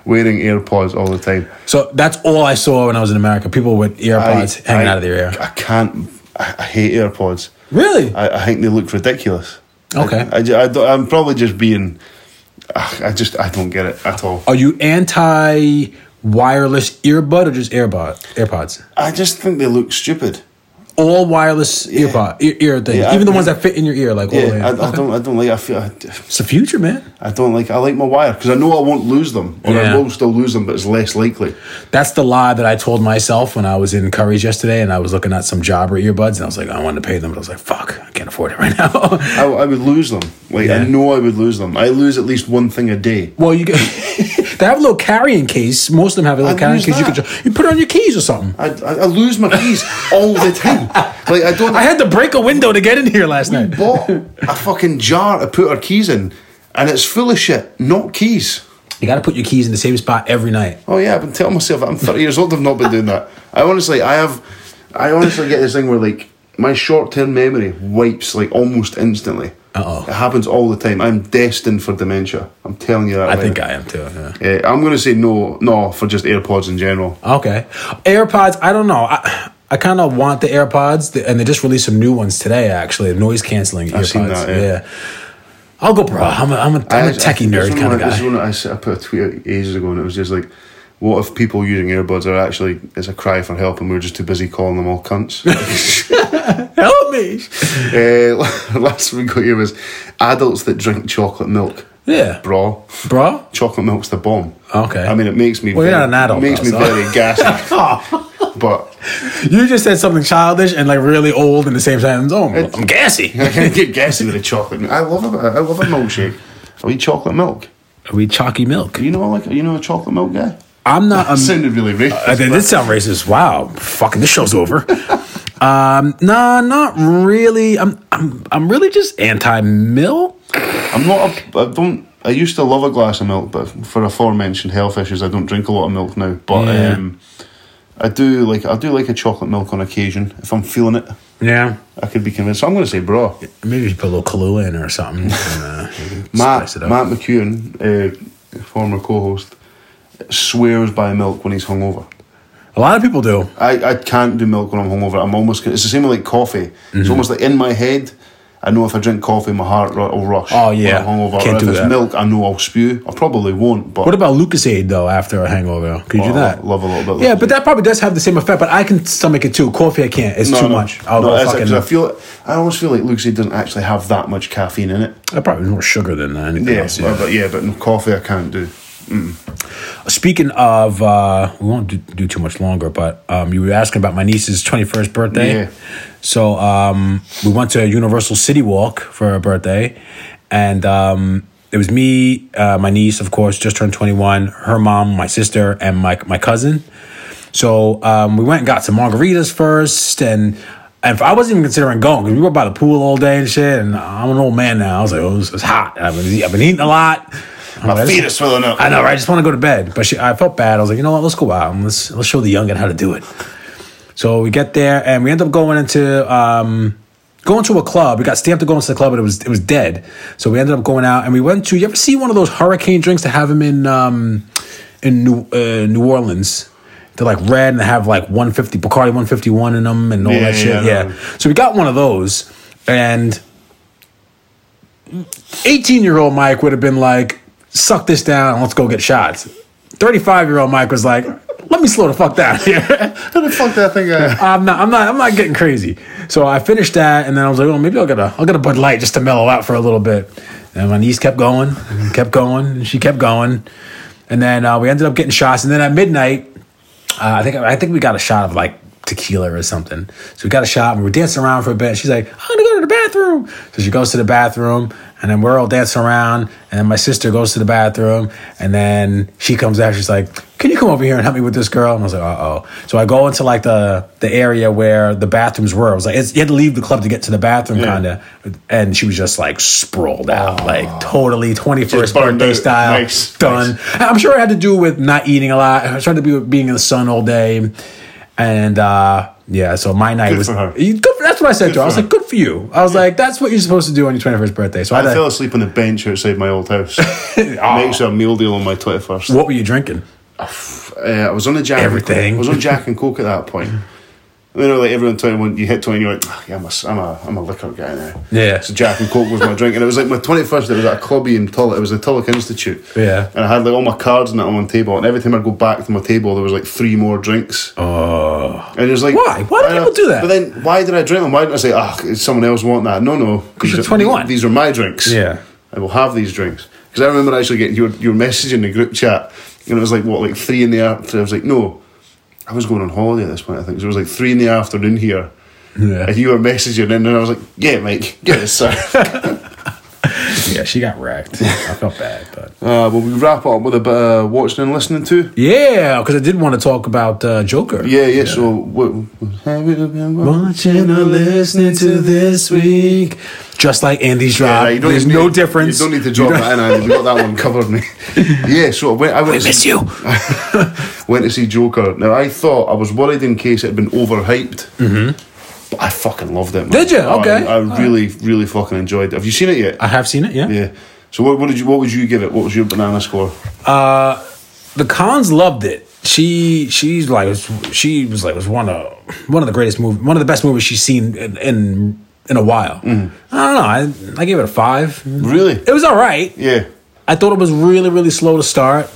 [SPEAKER 2] Wearing AirPods all the time.
[SPEAKER 1] so that's all I saw when I was in America. People with earpods hanging out of their ear.
[SPEAKER 2] I can't. I, I hate AirPods.
[SPEAKER 1] Really?
[SPEAKER 2] I, I think they look ridiculous.
[SPEAKER 1] Okay.
[SPEAKER 2] I, am probably just being. I I just I don't get it at all.
[SPEAKER 1] are you anti wireless earbud or just earbud AirPods?
[SPEAKER 2] I just think they look stupid.
[SPEAKER 1] All wireless earbud ear, ear things,
[SPEAKER 2] Yeah, I-
[SPEAKER 1] even the ones that fit in your ear, like all the way.
[SPEAKER 2] Yeah, I,
[SPEAKER 1] in.
[SPEAKER 2] I don't. I don't like. I feel. I,
[SPEAKER 1] it's the future, man.
[SPEAKER 2] I don't like. I like my wire because I know I won't lose them, or
[SPEAKER 1] Yeah.
[SPEAKER 2] I will still lose them, but it's less likely.
[SPEAKER 1] That's the lie that I told myself when I was in Curry's yesterday and I was looking at some jobber earbuds and I was like, I wanted to pay them, but I was like, fuck, I can't afford it right now.
[SPEAKER 2] I, I would lose them. Like I
[SPEAKER 1] Yeah.
[SPEAKER 2] know I would lose them. I lose at least one thing a day.
[SPEAKER 1] well, you get, They have a little carrying case. Most of them have a little
[SPEAKER 2] I'd
[SPEAKER 1] carrying
[SPEAKER 2] use
[SPEAKER 1] case. You
[SPEAKER 2] that.
[SPEAKER 1] could ju- you put it on your keys or something.
[SPEAKER 2] I, I, I lose my keys all the time. Like I don't.
[SPEAKER 1] I had to break a window to get in here last night.
[SPEAKER 2] bought a fucking jar to put our keys in, and it's full of shit, not keys.
[SPEAKER 1] You got to put your keys in the same spot every night.
[SPEAKER 2] Oh yeah, I've been telling myself that I'm 30 years old. I've not been doing that. I honestly, I have, I honestly get this thing where like my short-term memory wipes like almost instantly.
[SPEAKER 1] Uh-oh.
[SPEAKER 2] It happens all the time. I'm destined for dementia. I'm telling you that.
[SPEAKER 1] I
[SPEAKER 2] right
[SPEAKER 1] think
[SPEAKER 2] now.
[SPEAKER 1] I am too. yeah.
[SPEAKER 2] Eh, I'm gonna say no, no for just AirPods in general.
[SPEAKER 1] Okay. AirPods, I don't know. I, I kind of want the AirPods, th- and they just released some new ones today, actually. Noise canceling AirPods.
[SPEAKER 2] seen that, yeah.
[SPEAKER 1] yeah. I'll go, bro. I'm a, I'm a, I'm a techie nerd kind of
[SPEAKER 2] This
[SPEAKER 1] guy.
[SPEAKER 2] one I, s- I put a tweet out ages ago, and it was just like, "What if people using earbuds are actually it's a cry for help, and we're just too busy calling them all cunts?"
[SPEAKER 1] Help me.
[SPEAKER 2] Eh, last we got here was adults that drink chocolate milk.
[SPEAKER 1] Yeah.
[SPEAKER 2] Bro,
[SPEAKER 1] Bro?
[SPEAKER 2] chocolate milk's the bomb.
[SPEAKER 1] Okay.
[SPEAKER 2] I mean, it makes me.
[SPEAKER 1] Well, you're
[SPEAKER 2] very,
[SPEAKER 1] not an adult,
[SPEAKER 2] It makes
[SPEAKER 1] though,
[SPEAKER 2] me
[SPEAKER 1] so-
[SPEAKER 2] very gassy. but
[SPEAKER 1] You just said something childish and like really old in the same sentence. Oh, I'm- I'm gassy.
[SPEAKER 2] I can't get gassy with a chocolate. milk. I love a, I love a milkshake. Are you chocolate milk?
[SPEAKER 1] Are we chalky milk?
[SPEAKER 2] Do you know like are you know a chocolate milk guy?
[SPEAKER 1] I'm not a
[SPEAKER 2] That sounded really racist.
[SPEAKER 1] I think
[SPEAKER 2] but-
[SPEAKER 1] this sound racist. Wow, fucking this show's over. um, nah, not really. I'm, I'm, I'm really just anti milk.
[SPEAKER 2] I'm not. A, I don't. I used to love a glass of milk, but for aforementioned health issues, I don't drink a lot of milk now. But
[SPEAKER 1] Yeah.
[SPEAKER 2] um, I do like I do like a chocolate milk on occasion if I'm feeling it.
[SPEAKER 1] Yeah,
[SPEAKER 2] I could be convinced. So I'm going to say bra.
[SPEAKER 1] maybe you put a little Kahlua in or something. and, uh,
[SPEAKER 2] Matt
[SPEAKER 1] spice it up.
[SPEAKER 2] Matt McEwen, uh, former co-host, swears by milk when he's hungover.
[SPEAKER 1] a lot of people do.
[SPEAKER 2] I, I can't do milk when I'm hungover. I'm almost. It's the same with like coffee. It's
[SPEAKER 1] Mm-hmm.
[SPEAKER 2] almost like in my head. I know if I drink coffee, my heart ru- will rush.
[SPEAKER 1] Oh,
[SPEAKER 2] when
[SPEAKER 1] yeah.
[SPEAKER 2] I'm hungover.
[SPEAKER 1] Can't
[SPEAKER 2] or if
[SPEAKER 1] do
[SPEAKER 2] it's
[SPEAKER 1] that.
[SPEAKER 2] milk, I know I'll spew. I probably won't. But
[SPEAKER 1] What about Lucasade though? After a hangover, could you do
[SPEAKER 2] Oh,
[SPEAKER 1] that?
[SPEAKER 2] love a little bit of
[SPEAKER 1] Yeah, but
[SPEAKER 2] Lucozade.
[SPEAKER 1] that probably does have the same effect. But I can stomach it too. Coffee, I can't. It's too much. I'll
[SPEAKER 2] no,
[SPEAKER 1] go
[SPEAKER 2] that's it, 'cause I
[SPEAKER 1] fucking.
[SPEAKER 2] feel. I always feel like Lucozade doesn't actually have that much caffeine in it.
[SPEAKER 1] I probably more sugar than anything
[SPEAKER 2] Yeah,
[SPEAKER 1] else.
[SPEAKER 2] but- but yeah, but no, coffee I can't do.
[SPEAKER 1] Speaking of, uh, we won't do, do too much longer, but um, you were asking about my niece's 21st birthday.
[SPEAKER 2] Yeah.
[SPEAKER 1] So um, we went to Universal City Walk for her birthday. And um, it was me, uh, my niece, of course, just turned 21, her mom, my sister, and my, my cousin. So um, we went and got some margaritas first, and and I wasn't even considering going because we were by the pool all day and shit. And I'm an old man now. I was like, oh, it's, it's hot. I've been, I've been eating a lot. I'm
[SPEAKER 2] My
[SPEAKER 1] like,
[SPEAKER 2] feet are swelling up.
[SPEAKER 1] I know, right? I just want to go to bed. But she, I felt bad. I was like, you know what? Let's go out and let's let's show the youngin how to do it. So we get there and we end up going into um, going to a club. We got stamped to go into the club, but it was it was dead. So we ended up going out and we went to. You ever see one of those hurricane drinks that have them in um, in New uh, New Orleans? They're like red and they have like 150 Bacardi 151 in them and all
[SPEAKER 2] Yeah,
[SPEAKER 1] that
[SPEAKER 2] yeah,
[SPEAKER 1] shit.
[SPEAKER 2] I know.
[SPEAKER 1] yeah. So we got one of those and. 18 year old Mike would have been like, suck this down and let's go get shots. 35 year old Mike was like, let me slow the fuck down here.
[SPEAKER 2] How the fuck did I think I?
[SPEAKER 1] I'm not, I'm not, I'm not getting crazy. So I finished that and then I was like, well, maybe I'll get a, I'll get a Bud Light just to mellow out for a little bit. And my niece kept going, and kept going, and she kept going. And then uh, we ended up getting shots. And then at midnight, uh, I think I think we got a shot of like tequila or something. So we got a shot and we were dancing around for a bit. She's like, I'm gonna go to the bathroom. So she goes to the bathroom and then we're all dancing around. And then my sister goes to the bathroom and then she comes out. She's like, Can you come over here and help me with this girl? And I was like, Uh oh. So I go into like the the area where the bathrooms were. I was like, it's, You had to leave the club to get to the bathroom,
[SPEAKER 2] Yeah.
[SPEAKER 1] kind of. And she was just like sprawled out, like totally 21st
[SPEAKER 2] burned
[SPEAKER 1] birthday
[SPEAKER 2] out.
[SPEAKER 1] style,
[SPEAKER 2] Nice,
[SPEAKER 1] done.
[SPEAKER 2] nice.
[SPEAKER 1] And I'm sure it had to do with not eating a lot. I tried to be being in the sun all day, and uh, yeah. So my night
[SPEAKER 2] Good
[SPEAKER 1] was
[SPEAKER 2] for her.
[SPEAKER 1] You- good for- that's what I said to her. I was
[SPEAKER 2] for
[SPEAKER 1] like, "Good for you." I was like, "That's what you're supposed to do on your 21st birthday." So I,
[SPEAKER 2] I
[SPEAKER 1] thought,
[SPEAKER 2] fell asleep on the bench outside my old house. Makes a meal deal on my twenty first.
[SPEAKER 1] Ah. "What were you drinking?"
[SPEAKER 2] uh, I was on a Jack.
[SPEAKER 1] Everything.
[SPEAKER 2] And Coke. I was on Jack and Coke at that point. You know, like everyone twenty one, you hit twenty, you're like, "Ah, yeah, I'm a, s- I'm a, I'm a liquor guy now.
[SPEAKER 1] Yeah.
[SPEAKER 2] So Jack and Coke was my drink, and it was like my twenty first. It was at a club in Tullock. It was the Tullock Institute.
[SPEAKER 1] Yeah.
[SPEAKER 2] And I had like all my cards and that on one table, and every time I go back to my table, there was like three more drinks. Oh. And it was like,
[SPEAKER 1] Why? Why do
[SPEAKER 2] I-
[SPEAKER 1] people do that?
[SPEAKER 2] But then, why did I drink them? Why didn't I say, ah, oh, someone else want that? No, no,
[SPEAKER 1] 'Cause you're
[SPEAKER 2] These are-
[SPEAKER 1] 21.
[SPEAKER 2] These are my drinks.
[SPEAKER 1] Yeah.
[SPEAKER 2] I will have these drinks. Because I remember actually getting your, your message in the group chat, and it was like, what, like three in the afternoon? I was like, no, I was going on holiday at this point, I think. So it was like three in the afternoon here.
[SPEAKER 1] Yeah.
[SPEAKER 2] And you were messaging, in, and I was like, yeah, Mike, get it, sir.
[SPEAKER 1] Yeah, she got wrecked. I felt bad, but
[SPEAKER 2] Uh, well, we wrap up with a bit of watching and listening to.
[SPEAKER 1] yeah, because I did want to talk about uh, Joker.
[SPEAKER 2] Yeah, yeah. So, what, have you been
[SPEAKER 1] Watching or listening to this week, just like Andy's
[SPEAKER 2] Yeah,
[SPEAKER 1] drop,
[SPEAKER 2] right, you don't
[SPEAKER 1] there's
[SPEAKER 2] need-
[SPEAKER 1] no difference.
[SPEAKER 2] You don't need to drop that in, Andy. We got that one covered, mate. Yeah, so I went, I went, to
[SPEAKER 1] miss
[SPEAKER 2] see,
[SPEAKER 1] you.
[SPEAKER 2] went to see Joker. Now, I thought, I was worried in case it had been overhyped. Mm-hmm. But I fucking loved it, man.
[SPEAKER 1] Did you?
[SPEAKER 2] Oh, I-
[SPEAKER 1] Okay.
[SPEAKER 2] I, really, really fucking enjoyed it. Have you seen it yet?
[SPEAKER 1] I have seen it. Yeah.
[SPEAKER 2] yeah. So, what, what did you? What would you give it? What was your banana score?
[SPEAKER 1] Uh, the cons loved it. She she's like she was like was one of one of the greatest movies, one of the best movies she's seen in in, in a while.
[SPEAKER 2] Mm.
[SPEAKER 1] I don't know. I I gave it a five.
[SPEAKER 2] Really?
[SPEAKER 1] It was all right.
[SPEAKER 2] Yeah.
[SPEAKER 1] I thought it was really, really slow to start.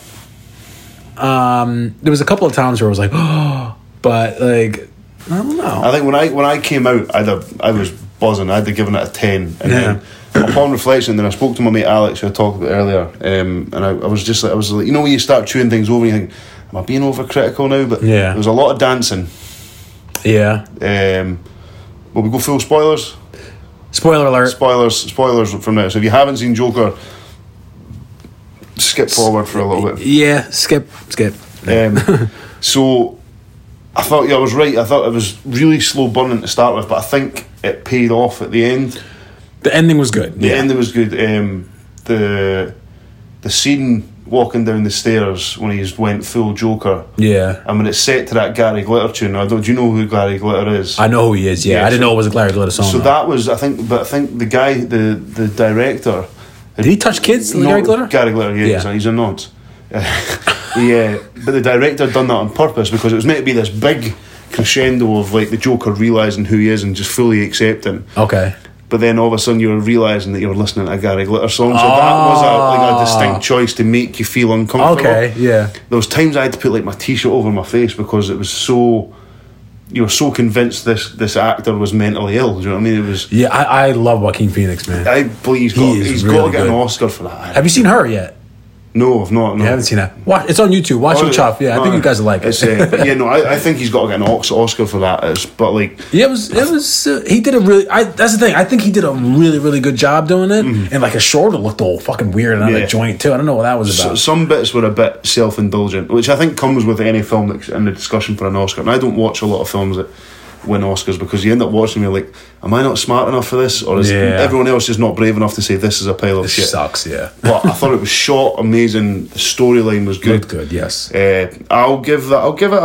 [SPEAKER 1] Um, there was a couple of times where I was like, oh, but like, I don't know.
[SPEAKER 2] I think when I when I came out, I'd have, I was buzzing. I'd have given it a ten. And then upon reflection, then I spoke to my mate Alex, who I talked about earlier, um, and I, I was just like, I was like, you know, when you start chewing things over, and you think, am I being overcritical now? But
[SPEAKER 1] Yeah.
[SPEAKER 2] there was a lot of dancing.
[SPEAKER 1] Yeah.
[SPEAKER 2] Um, will we go full spoilers?
[SPEAKER 1] Spoiler alert.
[SPEAKER 2] Spoilers, spoilers from now. So if you haven't seen Joker, skip forward for a little bit.
[SPEAKER 1] yeah. Skip. Skip.
[SPEAKER 2] Um, so I thought yeah, I was right. I thought it was really slow burning to start with, but I think it paid off at the end.
[SPEAKER 1] The ending was good.
[SPEAKER 2] The
[SPEAKER 1] yeah.
[SPEAKER 2] ending was good. Um, the the scene walking down the stairs when he's went full Joker,
[SPEAKER 1] yeah.
[SPEAKER 2] and when it's set to that Gary Glitter tune. I don't. Do you know who Gary Glitter is?
[SPEAKER 1] I know who he is. Yeah.
[SPEAKER 2] Yeah,
[SPEAKER 1] I didn't
[SPEAKER 2] so-
[SPEAKER 1] know it was a Larry Glitter song.
[SPEAKER 2] so
[SPEAKER 1] So
[SPEAKER 2] that was I think, but I think the guy, the the director,
[SPEAKER 1] Did he touch kids, Larry Glitter?
[SPEAKER 2] Gary Glitter, yeah,
[SPEAKER 1] Yeah.
[SPEAKER 2] he's a- he's a nod. yeah, but the director done that on purpose because it was meant to be this big crescendo of like the Joker realizing who he is and just fully accepting.
[SPEAKER 1] Okay.
[SPEAKER 2] But then all of a sudden you were realizing that you were listening to a Gary Glitter song, so that was a, like a distinct choice to make you feel uncomfortable.
[SPEAKER 1] Ah. Okay. Yeah.
[SPEAKER 2] There was times I had to put like my t-shirt over my face because it was so. You were so convinced this this actor was mentally ill. Do you know what I mean? It was.
[SPEAKER 1] Yeah. I, I love Joaquin Phoenix, man.
[SPEAKER 2] I believe he's got,
[SPEAKER 1] He is
[SPEAKER 2] he's got
[SPEAKER 1] really
[SPEAKER 2] to get an
[SPEAKER 1] good.
[SPEAKER 2] Oscar for that.
[SPEAKER 1] Have you seen her yet?
[SPEAKER 2] No, I've not. No.
[SPEAKER 1] I haven't seen that. Watch, it's on YouTube. Watch
[SPEAKER 2] Oh,
[SPEAKER 1] your chop. Yeah. I think
[SPEAKER 2] no,
[SPEAKER 1] you guys will like it.
[SPEAKER 2] It's, uh, but yeah, no, I, I think he's got to get an Ox- Oscar for that. It's, but like,
[SPEAKER 1] Yeah, it was. It was. Uh, he did a really. I, that's the thing. I think he did a really, really good job doing it. And like his shoulder looked all fucking weird and out
[SPEAKER 2] Mm-hmm. Yeah.
[SPEAKER 1] of joint too. I don't know what that was
[SPEAKER 2] s-
[SPEAKER 1] about.
[SPEAKER 2] some bits were a bit self-indulgent, which I think comes with any film that's in the discussion for an Oscar. And I don't watch a lot of films that win Oscars because you end up watching and you're like, am I not smart enough for this, or is
[SPEAKER 1] Yeah.
[SPEAKER 2] everyone else just not brave enough to say this is a pile of shit?
[SPEAKER 1] Sucks. Yeah.
[SPEAKER 2] But I thought it was shot, amazing. The storyline was
[SPEAKER 1] Good.
[SPEAKER 2] good.
[SPEAKER 1] Good. Yes.
[SPEAKER 2] Uh, I'll give that. I'll give it a.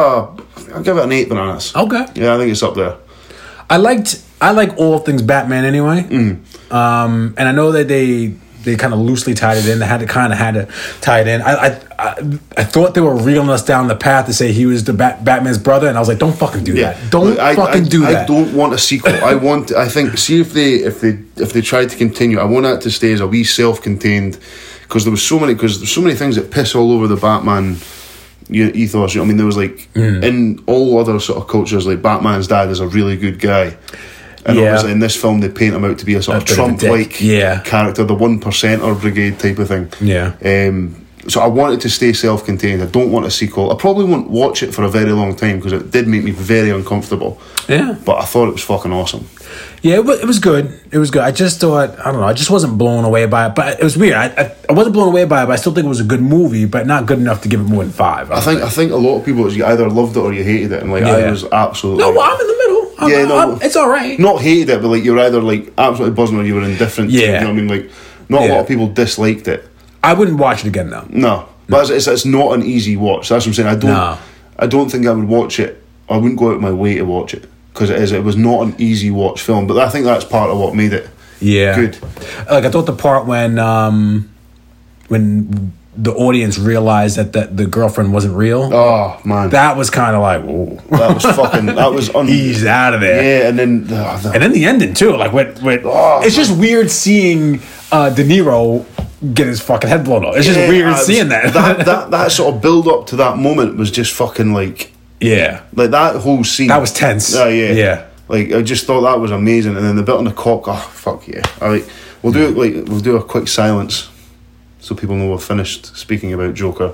[SPEAKER 2] I'll give it an eight bananas.
[SPEAKER 1] Okay.
[SPEAKER 2] Yeah, I think it's up there.
[SPEAKER 1] I liked. I like all things Batman anyway.
[SPEAKER 2] Mm.
[SPEAKER 1] Um, and I know that they they kind of loosely tied it in. They had to kind of had to tie it in. I, I I I thought they were reeling us down the path to say he was the Bat- Batman's brother, and I was like, don't fucking do that. Don't
[SPEAKER 2] Look, I,
[SPEAKER 1] fucking
[SPEAKER 2] I,
[SPEAKER 1] do
[SPEAKER 2] I
[SPEAKER 1] that.
[SPEAKER 2] don't want a sequel. I want. I think. See if they if they if they tried to continue. I want that to stay as a wee self-contained because there was so many because there's so many things that piss all over the Batman e- ethos. You know, what I mean, there was like
[SPEAKER 1] Hmm.
[SPEAKER 2] in all other sort of cultures, like Batman's dad is a really good guy. And
[SPEAKER 1] Yeah.
[SPEAKER 2] obviously, in this film, they paint him out to be a sort of
[SPEAKER 1] bit of a dick.
[SPEAKER 2] Trump-like
[SPEAKER 1] Yeah.
[SPEAKER 2] character, the one percenter brigade type of thing.
[SPEAKER 1] Yeah.
[SPEAKER 2] Um, so I want it to stay self-contained. I don't want a sequel. I probably won't watch it for a very long time because it did make me very uncomfortable.
[SPEAKER 1] Yeah.
[SPEAKER 2] But I thought it was fucking awesome.
[SPEAKER 1] Yeah, it was, it was good. It was good. I just thought, I don't know, I just wasn't blown away by it. But it was weird. I, I, I wasn't blown away by it, but I still think it was a good movie, but not good enough to give it more than five.
[SPEAKER 2] I think I think a lot of people you either loved it or you hated it, and like I
[SPEAKER 1] Yeah.
[SPEAKER 2] was absolutely
[SPEAKER 1] no, well, I'm in the middle. I'm,
[SPEAKER 2] Yeah, no.
[SPEAKER 1] I'm- it's all right.
[SPEAKER 2] not hated it, but like you were either like absolutely buzzing or you were indifferent.
[SPEAKER 1] Yeah.
[SPEAKER 2] you know what I mean. Like not a
[SPEAKER 1] Yeah.
[SPEAKER 2] lot of people disliked it.
[SPEAKER 1] I wouldn't watch it again, though.
[SPEAKER 2] No, but it's, it's it's not an easy watch. That's what I'm saying. I don't
[SPEAKER 1] No.
[SPEAKER 2] I don't think I would watch it. I wouldn't go out of my way to watch it because it is it was not an easy watch film. But I think that's part of what made it.
[SPEAKER 1] Yeah.
[SPEAKER 2] Good.
[SPEAKER 1] Like, I thought the part when, um, when the audience realized that the, the girlfriend wasn't real,
[SPEAKER 2] Oh man, that,
[SPEAKER 1] that was kind of like, whoa,
[SPEAKER 2] was fucking that was un-
[SPEAKER 1] he's out of there.
[SPEAKER 2] yeah. And then oh, the-
[SPEAKER 1] And then the ending too, like when when
[SPEAKER 2] Oh,
[SPEAKER 1] it's just weird seeing uh, De Niro get his fucking head blown off. It's just
[SPEAKER 2] Yeah,
[SPEAKER 1] weird
[SPEAKER 2] I was-
[SPEAKER 1] seeing that.
[SPEAKER 2] that, that that sort of build up to that moment was just fucking like
[SPEAKER 1] yeah,
[SPEAKER 2] like that whole scene.
[SPEAKER 1] That was tense.
[SPEAKER 2] Oh yeah,
[SPEAKER 1] Yeah.
[SPEAKER 2] Like I just thought that was amazing, and then the bit on the cock. Oh fuck yeah! I like we'll do it. Like we'll do a quick silence, so people know we're finished speaking about Joker.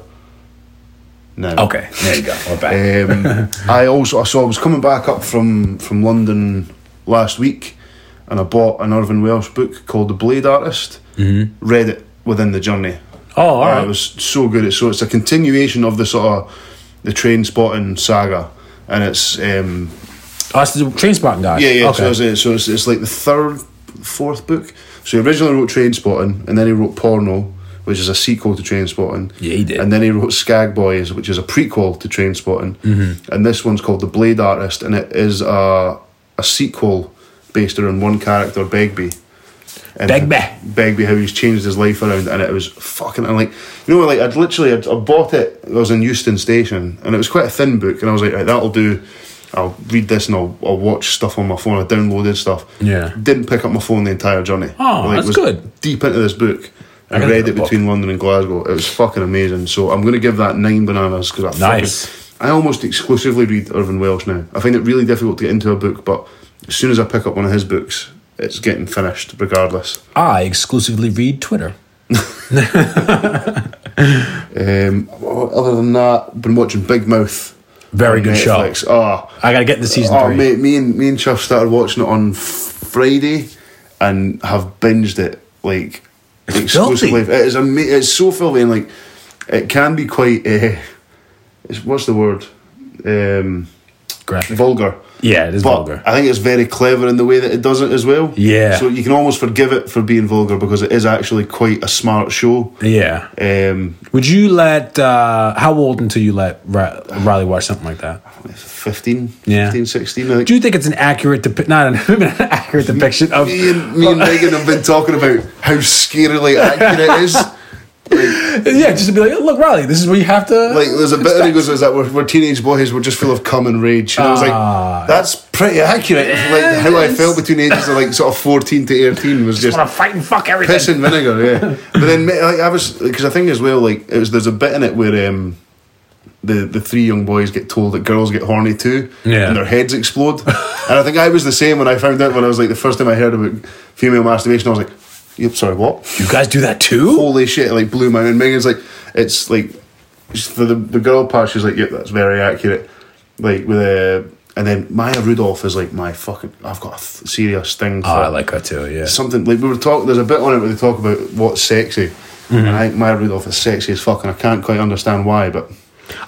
[SPEAKER 2] Now.
[SPEAKER 1] Okay, there you go. We're back.
[SPEAKER 2] Um, I also I saw I was coming back up from from London last week, and I bought an Irvin Welsh book called The Blade Artist. Mm-hmm. Read it within the journey.
[SPEAKER 1] Oh, all
[SPEAKER 2] Uh,
[SPEAKER 1] right.
[SPEAKER 2] It was so good. It's, so it's a continuation of the sort of the train spotting saga, and it's um,
[SPEAKER 1] Oh, that's the train spotting guy.
[SPEAKER 2] yeah, yeah. So,
[SPEAKER 1] Okay.
[SPEAKER 2] it's, uh, so it's, it's like the third, fourth book. So he originally wrote Train Spotting, and then he wrote Porno, which is a sequel to Train Spotting.
[SPEAKER 1] Yeah, he did.
[SPEAKER 2] And then he wrote Skag Boys, which is a prequel to Train Spotting. Mm-hmm. And this one's called The Blade Artist, and it is a, a sequel based around one character, Begbie. And
[SPEAKER 1] Begbie.
[SPEAKER 2] Begbie, how he's changed his life around, and it was fucking. And like, you know, like I'd literally, I'd, I bought it. I was in Euston Station, and it was quite a thin book, and I was like, right, that'll do. I'll read this and I'll, I'll watch stuff on my phone. I downloaded stuff.
[SPEAKER 1] Yeah.
[SPEAKER 2] Didn't pick up my phone the entire journey.
[SPEAKER 1] Oh, that's
[SPEAKER 2] was
[SPEAKER 1] good.
[SPEAKER 2] Deep into this book. I,
[SPEAKER 1] gotta
[SPEAKER 2] read
[SPEAKER 1] get
[SPEAKER 2] it
[SPEAKER 1] a book.
[SPEAKER 2] between London and Glasgow. It was fucking amazing. So I'm going to give that nine bananas because I fucking-
[SPEAKER 1] Nice.
[SPEAKER 2] I almost exclusively read Irvin Welsh now. I find it really difficult to get into a book, but as soon as I pick up one of his books, it's getting finished regardless.
[SPEAKER 1] I exclusively read Twitter.
[SPEAKER 2] Um, other than that, been watching Big Mouth.
[SPEAKER 1] Very good show.
[SPEAKER 2] show. Oh,
[SPEAKER 1] I gotta get into season
[SPEAKER 2] oh
[SPEAKER 1] three.
[SPEAKER 2] mate, me and me and Chuff started watching it on Friday, and have binged it like
[SPEAKER 1] It's
[SPEAKER 2] exclusively.
[SPEAKER 1] filthy.
[SPEAKER 2] It is ama- It's so filthy, and like it can be quite. Uh, it's what's the word? Um,
[SPEAKER 1] Graphic.
[SPEAKER 2] vulgar.
[SPEAKER 1] Yeah, it is
[SPEAKER 2] But
[SPEAKER 1] vulgar.
[SPEAKER 2] I think it's very clever in the way that it does it as well.
[SPEAKER 1] Yeah.
[SPEAKER 2] So you can almost forgive it for being vulgar because it is actually quite a smart show.
[SPEAKER 1] yeah.
[SPEAKER 2] Um,
[SPEAKER 1] Would you let? uh How old until you let Ri- Riley watch something like that?
[SPEAKER 2] 15,
[SPEAKER 1] Yeah.
[SPEAKER 2] 15, 16, I think.
[SPEAKER 1] Do you think it's an accurate depiction? Not an, an accurate depiction of.
[SPEAKER 2] me and, me and Megan have been talking about how scarily accurate it is. Like,
[SPEAKER 1] Yeah, just to be like, look, Riley, this is what you have to.
[SPEAKER 2] like there's a bit that goes is that we're, we're teenage boys, we're just full of cum and rage. And I was
[SPEAKER 1] Ah.
[SPEAKER 2] like, that's pretty accurate. Like how I felt between ages of like sort of fourteen to eighteen was just
[SPEAKER 1] want to fight and fuck everything.
[SPEAKER 2] piss and vinegar, yeah. But then, mate, like, I was because I think as well, like it was there's a bit in it where um, the the three young boys get told that girls get horny too,
[SPEAKER 1] Yeah.
[SPEAKER 2] and their heads explode. and I think I was the same when I found out when I was like the first time I heard about female masturbation, I was like, "Yep, sorry, what?
[SPEAKER 1] You guys do that too?
[SPEAKER 2] Holy shit!" Like blew my mind. Megan's like, "It's like it's the, the the girl part." She's like, "Yep, that's very accurate." Like with a. And then Maya Rudolph is like my fucking. I've got a th- serious thing. For
[SPEAKER 1] Oh, I like her too. Yeah.
[SPEAKER 2] something like we were talking. There's a bit on it where they talk about what's sexy, and I think Maya Rudolph is sexy as fuck, and I can't quite understand why. But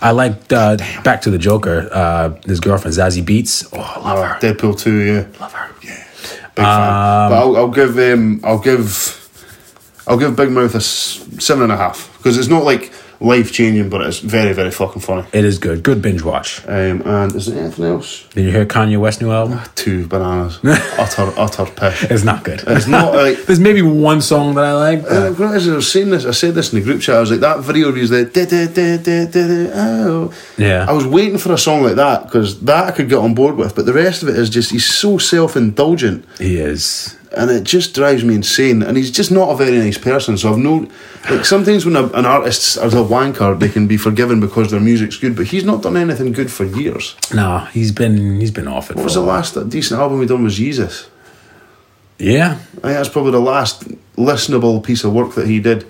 [SPEAKER 1] I liked uh, Back to the Joker. Uh, his girlfriend Zazie Beats. Oh, I love her.
[SPEAKER 2] Deadpool two, yeah,
[SPEAKER 1] Love her. Yeah.
[SPEAKER 2] big fan. But I'll, I'll give um, I'll give, I'll give Big Mouth a s- seven and a half because it's not like life changing, but it's very very fucking funny.
[SPEAKER 1] It is good. Good binge watch.
[SPEAKER 2] Um, and is there anything else?
[SPEAKER 1] Did you hear Kanye West new album?
[SPEAKER 2] Two bananas, utter utter pish.
[SPEAKER 1] It's not good.
[SPEAKER 2] It's not like.
[SPEAKER 1] There's maybe one song that I like. but-
[SPEAKER 2] Uh, I was saying this. I said this in the group chat. I was like, that video is the da- da- da- da- da- da- oh.
[SPEAKER 1] Yeah.
[SPEAKER 2] I was waiting for a song like that because that I could get on board with, but the rest of it is just he's so self indulgent,
[SPEAKER 1] He is.
[SPEAKER 2] and it just drives me insane. And he's just not a very nice person. So I've no like sometimes when a, an artist is a wanker, they can be forgiven because their music's good, but he's not done anything good for years.
[SPEAKER 1] No, he's been he's been off it.
[SPEAKER 2] What was
[SPEAKER 1] for
[SPEAKER 2] the
[SPEAKER 1] a while.
[SPEAKER 2] last decent album we done was Jesus.
[SPEAKER 1] Yeah.
[SPEAKER 2] I think that's probably the last listenable piece of work that he did.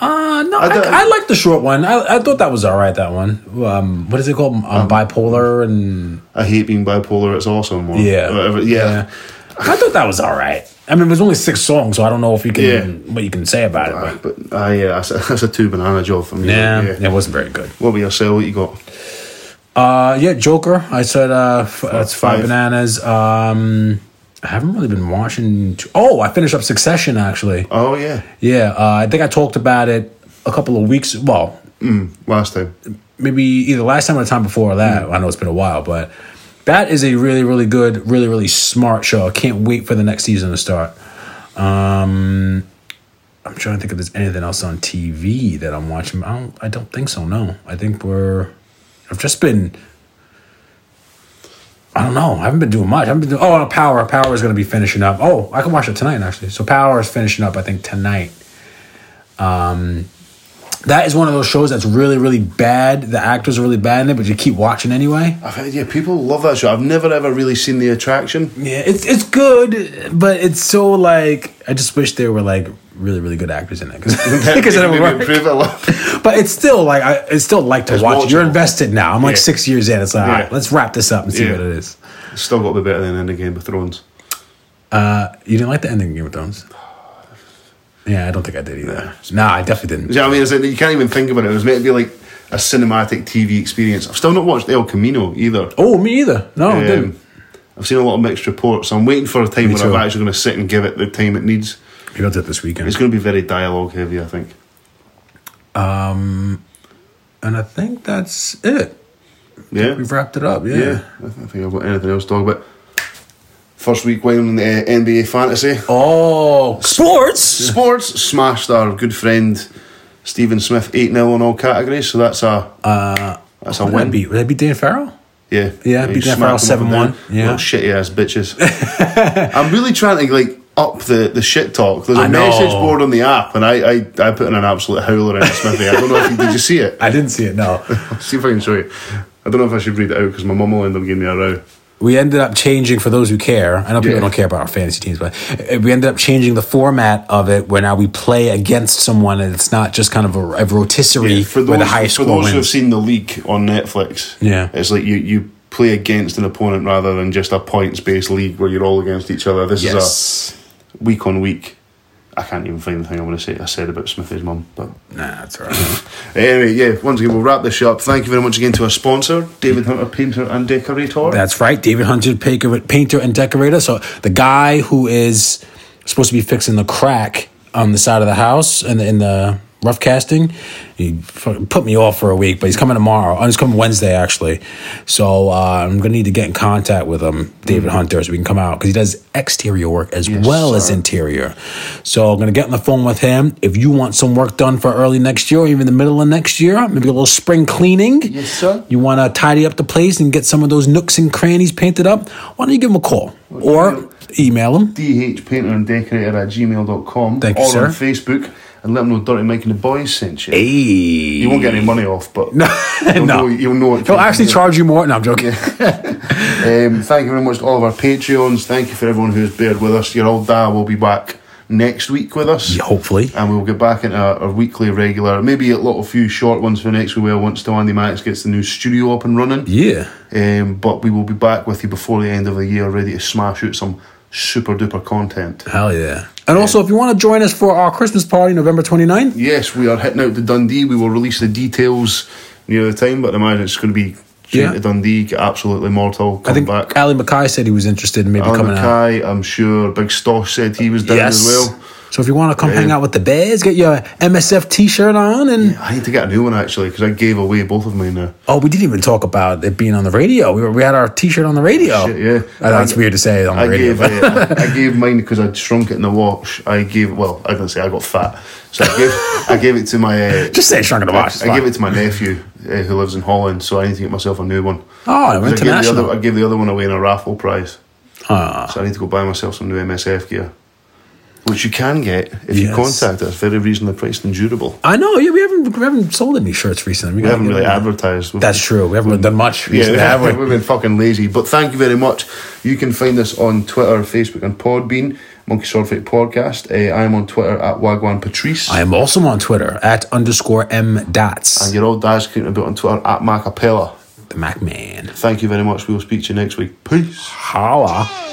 [SPEAKER 1] Uh, no, I,
[SPEAKER 2] I don't-
[SPEAKER 1] I, like the short one. I, I thought that was all right. That one. Um, what is it called? Um, bipolar and
[SPEAKER 2] I hate being bipolar. It's awesome. or
[SPEAKER 1] uh, yeah,
[SPEAKER 2] whatever. yeah.
[SPEAKER 1] I thought that was all right. I mean, it was only six songs, so I don't know if you can
[SPEAKER 2] Yeah.
[SPEAKER 1] what you can say about it.
[SPEAKER 2] Aye, But aye, yeah, that's a, that's a two banana job for me.
[SPEAKER 1] But Uh, yeah, it wasn't very good.
[SPEAKER 2] What about yourself? What you got?
[SPEAKER 1] Uh, yeah, Joker. I said uh, f- that's five,
[SPEAKER 2] five.
[SPEAKER 1] bananas. Um, I haven't really been watching. t- Oh, I finished up Succession actually.
[SPEAKER 2] Oh yeah,
[SPEAKER 1] Yeah, uh, I think I talked about it a couple of weeks. Well,
[SPEAKER 2] last time.
[SPEAKER 1] maybe either last time or the time before that. I know it's been a while, but that is a really, really good, really, really smart show. I can't wait for the next season to start. Um, I'm trying to think if there's anything else on TV that I'm watching. I don't, I don't think so. No, I think we're. I've just been. I don't know. I haven't been doing much. I haven't been doing. Oh, no, Power. Power is going to be finishing up. Oh, I can watch it tonight actually. So Power is finishing up. I think tonight that is one of those shows that's really, really bad. The actors are really bad in it, but you keep watching anyway.
[SPEAKER 2] I've heard, yeah, people love that show. I've never ever really seen the attraction.
[SPEAKER 1] Yeah, it's it's good, but it's so like I just wish there were like really, really good actors in it because it
[SPEAKER 2] Maybe
[SPEAKER 1] would work.
[SPEAKER 2] improve it a lot.
[SPEAKER 1] But it's still like I it's still like to
[SPEAKER 2] It's
[SPEAKER 1] watch. it. You're
[SPEAKER 2] watchable.
[SPEAKER 1] invested now. I'm like
[SPEAKER 2] Yeah.
[SPEAKER 1] six years in. It's like all
[SPEAKER 2] Yeah.
[SPEAKER 1] right, let's wrap this up and see
[SPEAKER 2] Yeah.
[SPEAKER 1] what it is.
[SPEAKER 2] Still got to be better than in the Game of Thrones.
[SPEAKER 1] Uh, you didn't like the ending of Game of Thrones? Yeah, I don't think I did either. Nah, I definitely didn't.
[SPEAKER 2] Do you know what I mean? It's like, you can't even think about it. It was meant to be like a cinematic TV experience. I've still not watched El Camino either.
[SPEAKER 1] Oh, me either. No, I
[SPEAKER 2] Um,
[SPEAKER 1] didn't.
[SPEAKER 2] I've seen a lot of mixed reports. I'm waiting for a time
[SPEAKER 1] Me
[SPEAKER 2] when
[SPEAKER 1] too.
[SPEAKER 2] I'm actually going to sit and give it the time it needs.
[SPEAKER 1] Maybe I'll do it this
[SPEAKER 2] It's
[SPEAKER 1] weekend.
[SPEAKER 2] going to be very dialogue heavy, I think.
[SPEAKER 1] And I think that's it.
[SPEAKER 2] Yeah,
[SPEAKER 1] We've wrapped it up. Yeah.
[SPEAKER 2] yeah. I don't think I've got anything else to talk about. First week win in the uh, NBA fantasy.
[SPEAKER 1] Oh, sports.
[SPEAKER 2] Sports smashed our good friend Stephen Smith eight 0 in all categories. So that's a
[SPEAKER 1] Uh,
[SPEAKER 2] that's a
[SPEAKER 1] would that
[SPEAKER 2] win.
[SPEAKER 1] be? Would that be Dan Farrell?
[SPEAKER 2] Yeah,
[SPEAKER 1] Yeah,
[SPEAKER 2] He
[SPEAKER 1] beat
[SPEAKER 2] smacked
[SPEAKER 1] Raphael
[SPEAKER 2] them
[SPEAKER 1] 7-1.
[SPEAKER 2] up and down.
[SPEAKER 1] Yeah.
[SPEAKER 2] Little shitty ass bitches. I'm really trying to like up the, the shit talk. There's a
[SPEAKER 1] I know.
[SPEAKER 2] message board on the app, and I, I, I put in an absolute howler in Smithy. I don't know if you did you see it.
[SPEAKER 1] I didn't see it. No,
[SPEAKER 2] See if I can show you. I don't know if I should read it out because my mum will end up giving me a row.
[SPEAKER 1] we ended up changing for those who care. I know people
[SPEAKER 2] Yeah.
[SPEAKER 1] don't care about our fantasy teams, but uh, we ended up changing the format of it where now we play against someone and it's not just kind of a, a rotisserie
[SPEAKER 2] Yeah, for those,
[SPEAKER 1] where the highest
[SPEAKER 2] for
[SPEAKER 1] score
[SPEAKER 2] those who have
[SPEAKER 1] wins.
[SPEAKER 2] seen the league on Netflix,
[SPEAKER 1] Yeah.
[SPEAKER 2] it's like you, you play against an opponent rather than just a points based league where you're all against each other. This
[SPEAKER 1] Yes.
[SPEAKER 2] is a week on week. I can't even find the thing I want to say. I said about Smithy's mum, but
[SPEAKER 1] Nah, that's all right.
[SPEAKER 2] anyway, yeah. Once again, we'll wrap this up. Thank you very much again to our sponsor, David Hunter Painter and Decorator.
[SPEAKER 1] That's right. David Hunter, painter, painter and decorator. So the guy who is supposed to be fixing the crack on the side of the house and in, the rough casting, he fucking put me off for a week, but he's coming tomorrow. Oh, he's coming Wednesday actually. So uh, I'm gonna need to get in contact with him, David Hunter, so we can come out because he does exterior work as well as
[SPEAKER 2] sir.
[SPEAKER 1] interior. So I'm gonna get on the phone with him. If you want some work done for early next year, or even the middle of next year, maybe a little spring cleaning.
[SPEAKER 2] Yes, sir.
[SPEAKER 1] You want to tidy up the place and get some of those nooks and crannies painted up? Why don't you give them a call or email them?
[SPEAKER 2] DH Painter and Decorator at gmail.com
[SPEAKER 1] Thank you,
[SPEAKER 2] or
[SPEAKER 1] sir.
[SPEAKER 2] on Facebook and let them know Dirty Mike and the Boys sent you.
[SPEAKER 1] Hey.
[SPEAKER 2] You won't get any money off, but no, you'll
[SPEAKER 1] no.
[SPEAKER 2] know, you'll know it
[SPEAKER 1] He'll
[SPEAKER 2] came
[SPEAKER 1] actually
[SPEAKER 2] from
[SPEAKER 1] charge you more. No, I'm joking.
[SPEAKER 2] there. Um, thank you very much to all of our Patreons. Thank you for everyone who's bared with us. Your old dad will be back next week with us.
[SPEAKER 1] Yeah, hopefully.
[SPEAKER 2] And we'll get back into our, our weekly regular, maybe a lot of few short ones for next week once Andy Max gets the new studio up and running.
[SPEAKER 1] Yeah.
[SPEAKER 2] Um, but we will be back with you before the end of the year, ready to smash out some super duper content.
[SPEAKER 1] Hell yeah. And also, if you want to join us for our Christmas party November 29th,
[SPEAKER 2] Yes, we are hitting out to Dundee. We will release the details near the time, but I imagine it's going to be straight
[SPEAKER 1] Yeah.
[SPEAKER 2] to Dundee, get absolutely mortal, come
[SPEAKER 1] I think
[SPEAKER 2] back.
[SPEAKER 1] Ali Mackay said he was interested in maybe
[SPEAKER 2] Alan
[SPEAKER 1] coming out.
[SPEAKER 2] Mackay, I'm sure. Big Stosh said he was down
[SPEAKER 1] Yes.
[SPEAKER 2] as well.
[SPEAKER 1] So if you want to come hang out with the Bears, get your MSF t shirt on. And
[SPEAKER 2] I need to get a new one actually because I gave away both of mine now.
[SPEAKER 1] oh, we didn't even talk about it being on the radio. We, were, we had our t shirt on the radio.
[SPEAKER 2] Shit, yeah.
[SPEAKER 1] I know it's
[SPEAKER 2] I-
[SPEAKER 1] weird to say on the
[SPEAKER 2] I
[SPEAKER 1] radio.
[SPEAKER 2] gave
[SPEAKER 1] but-
[SPEAKER 2] uh, I gave mine because I'd shrunk it in the wash. I gave well, I didn't say I got fat, so I gave I gave it to my uh,
[SPEAKER 1] Just say shrunk in the wash. it's
[SPEAKER 2] I, I
[SPEAKER 1] fine.
[SPEAKER 2] gave it to my nephew uh, who lives in Holland, so I need to get myself a new one.
[SPEAKER 1] Oh,
[SPEAKER 2] 'Cause I gave, the
[SPEAKER 1] international.
[SPEAKER 2] other, I gave the other one away in a raffle prize,
[SPEAKER 1] Ah.
[SPEAKER 2] so I need to go buy myself some new MSF gear, which you can get if you
[SPEAKER 1] Yes.
[SPEAKER 2] contact us. Very reasonably priced and durable.
[SPEAKER 1] I know. Yeah, we haven't we haven't sold any shirts recently.
[SPEAKER 2] We haven't really advertised. We've-
[SPEAKER 1] That's true. We haven't done much recently,
[SPEAKER 2] yeah,
[SPEAKER 1] have we?
[SPEAKER 2] have been fucking lazy. But thank you very much. You can find us on Twitter, Facebook, and Podbean, Monkey Swordfight Podcast. Uh, I'm on Twitter at Wagwan Patrice.
[SPEAKER 1] I am also on Twitter at underscore m
[SPEAKER 2] and
[SPEAKER 1] dots
[SPEAKER 2] your old dad's cooking about on Twitter at Macapella.
[SPEAKER 1] the Mac Man.
[SPEAKER 2] Thank you very much. We will speak to you next week. Peace.
[SPEAKER 1] Holla.